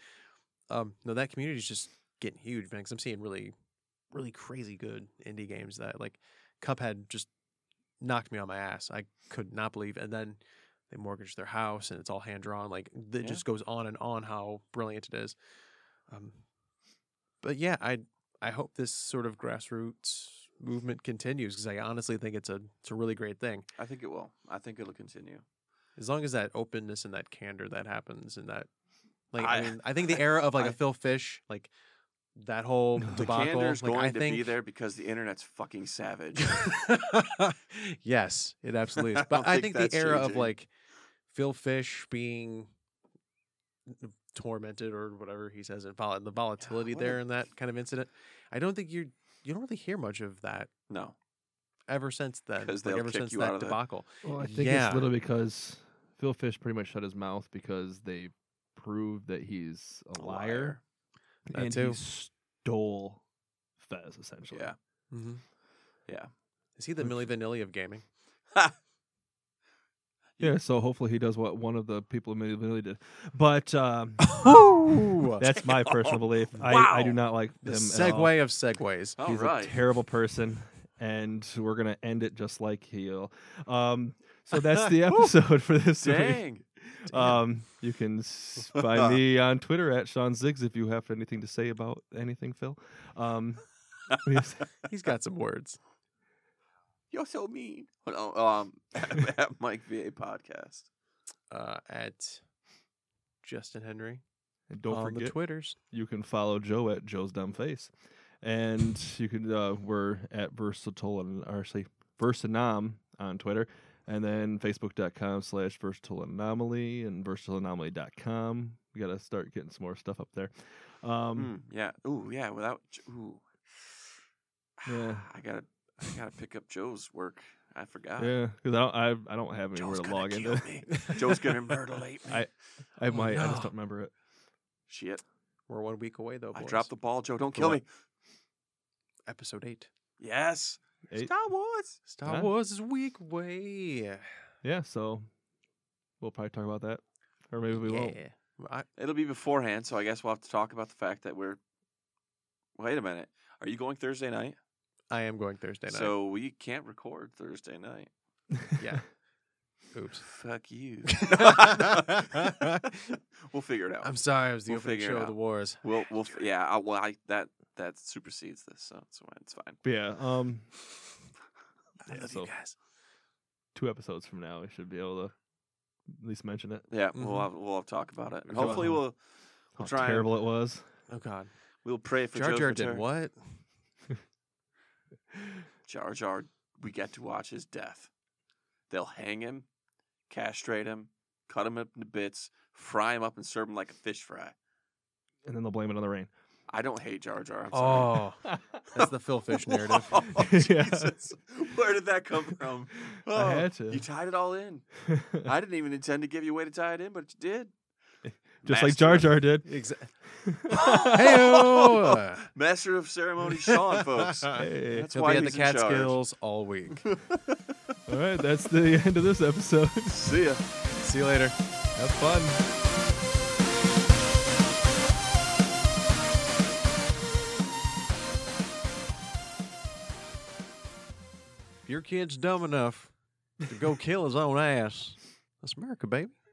B: um no that community is just getting huge man 'cause i'm seeing really really crazy good indie games that like cuphead just knocked me on my ass i could not believe and then they mortgage their house and it's all hand drawn like
C: Yeah.
B: it just goes on and on how brilliant it is um but yeah i i hope this sort of grassroots movement continues because i honestly think it's a it's a really great thing
C: I think it will. I think it'll continue.
B: as long as that openness and that candor that happens and that like I,
C: I-
B: mean I think the era of like a
C: I-
B: Phil Fish like that whole
A: The
B: debacle
C: The candor's
B: like
C: going
B: I
C: to
B: think
C: be there because the internet's fucking savage.
B: <laughs> yes, it
C: <laughs>
B: absolutely
C: I
B: is. But
C: don't
B: I
C: think
B: think,
C: that's
B: the era of
C: changing.
B: like Phil Fish being tormented or whatever he says and vol- the volatility
C: what a-
B: there in that kind of incident, I don't think you you don't really hear much of that
C: no.
B: ever since then.
C: 'Cause
B: Like
C: they'll
B: ever
C: kick
B: since
C: you
B: that
C: out of the-
B: debacle.
A: Well, I think
B: Yeah.
A: it's little because Phil Fish pretty much shut his mouth because they proved that he's a,
C: A
A: liar,
C: liar.
B: That
A: and
B: too.
A: he stole Fez essentially.
C: Yeah.
B: Mm-hmm.
C: Yeah.
B: Is he the
A: Which-
B: Millie Vanilli of gaming?
A: Yeah, so hopefully he does what one of the people in Millie Vanilli did. But um,
B: Oh,
A: that's my personal belief. I, I do
C: Wow.
A: not like
B: the
A: him at all.
B: segue of segues. <laughs>
C: All Oh,
A: He's
C: right.
A: a terrible person, and we're gonna end it just like he'll. Um, so that's the episode <laughs> for this week.
C: Dang.
A: Um, you can s- find me on Twitter at Sean Ziggs if you have anything to say about anything, Phil. Um, yes.
B: He's got some words.
C: You're so mean. Well, no, um, <laughs> at, at Mike VA podcast.
B: Uh, at Justin Henry
A: And don't
B: on the
A: forget,
B: Twitters.
A: you can follow Joe at Joe's Dumb Face, and you can uh, we're at Versatile and or say Versanom on Twitter, and then Facebook.com slash Versatile Anomaly and VersatilEnomaly.com. We gotta start getting some more stuff up there. Um,
B: Hmm.
C: Mm, yeah. Ooh, yeah. Without. J- Ooh. <sighs>
A: Yeah.
C: I gotta. I gotta pick up Joe's work. I forgot.
A: Yeah, because I don't I, I don't have anywhere
C: Uh, Joe's
A: to
C: gonna
A: log
C: kill
A: into.
C: me.
A: <laughs>
C: Joe's gonna mutilate me.
A: I- I
C: Oh,
A: might I just
C: no.
A: don't remember it.
C: Shit.
B: We're one week away though.
C: I
B: Boys.
C: dropped the ball, Joe. Don't
B: For
C: kill
B: what?
C: me.
B: episode eight.
C: Yes.
A: Eight-
C: Star Wars.
B: Star
A: Huh?
B: Wars is week way.
A: yeah, so we'll probably talk about that, or maybe we won't.
B: Yeah. I,
C: It'll be beforehand, so I guess we'll have to talk about the fact that we're. Wait a minute. Are you going Thursday night?
B: I am going Thursday night.
C: So we can't record Thursday night.
B: yeah. Oops.
C: Fuck you. <laughs>
B: I'm
C: we'll figure it out.
B: sorry. I was the
C: We'll
B: opening
C: figure it
B: show of
C: out.
B: the wars.
C: We'll we'll f- yeah. I, well, I that that supersedes this, so it's fine. It's fine.
A: <laughs> But yeah, um,
B: I
A: Yeah,
B: love
A: so-
B: you guys.
A: two episodes from now we should be able to at least mention it.
C: Yeah,
B: Mhm.
C: we'll have, we'll have talk about it. And
A: Go
C: hopefully,
A: on.
C: we'll
A: How
C: We'll try
A: terrible it was.
B: Oh God.
C: we'll pray for
B: Jar
C: Joe's
B: Jar did
C: return.
B: what?
C: Jar Jar, we get to watch his death. They'll hang him, castrate him, cut him up into bits, fry him up, and serve him like a fish fry.
A: And then they'll blame it on the
C: <laughs>
A: rain.
C: I don't hate Jar Jar. I'm sorry. <laughs>
B: Oh, that's the Phil Fish narrative.
C: Whoa,
A: <laughs> Yeah. <laughs>
C: Jesus, where did that come from?
A: I
C: Oh,
A: had to.
C: You tied it all in. I didn't even intend to give you a way to tie it in, but you did.
A: <laughs> Just like
C: Master
A: Jar
C: of-
A: Jar did.
C: <laughs>
B: Exactly.
C: Master of ceremony, Sean,
A: <laughs>
C: folks.
A: Hey.
C: That's
B: He'll
C: why
B: be at the
C: he's in charge.
B: Catskills all week.
A: All right, that's the end of this episode. <laughs>
C: See ya.
B: See you later.
A: Have fun.
B: If your kid's dumb enough to go kill his own ass, that's America, baby.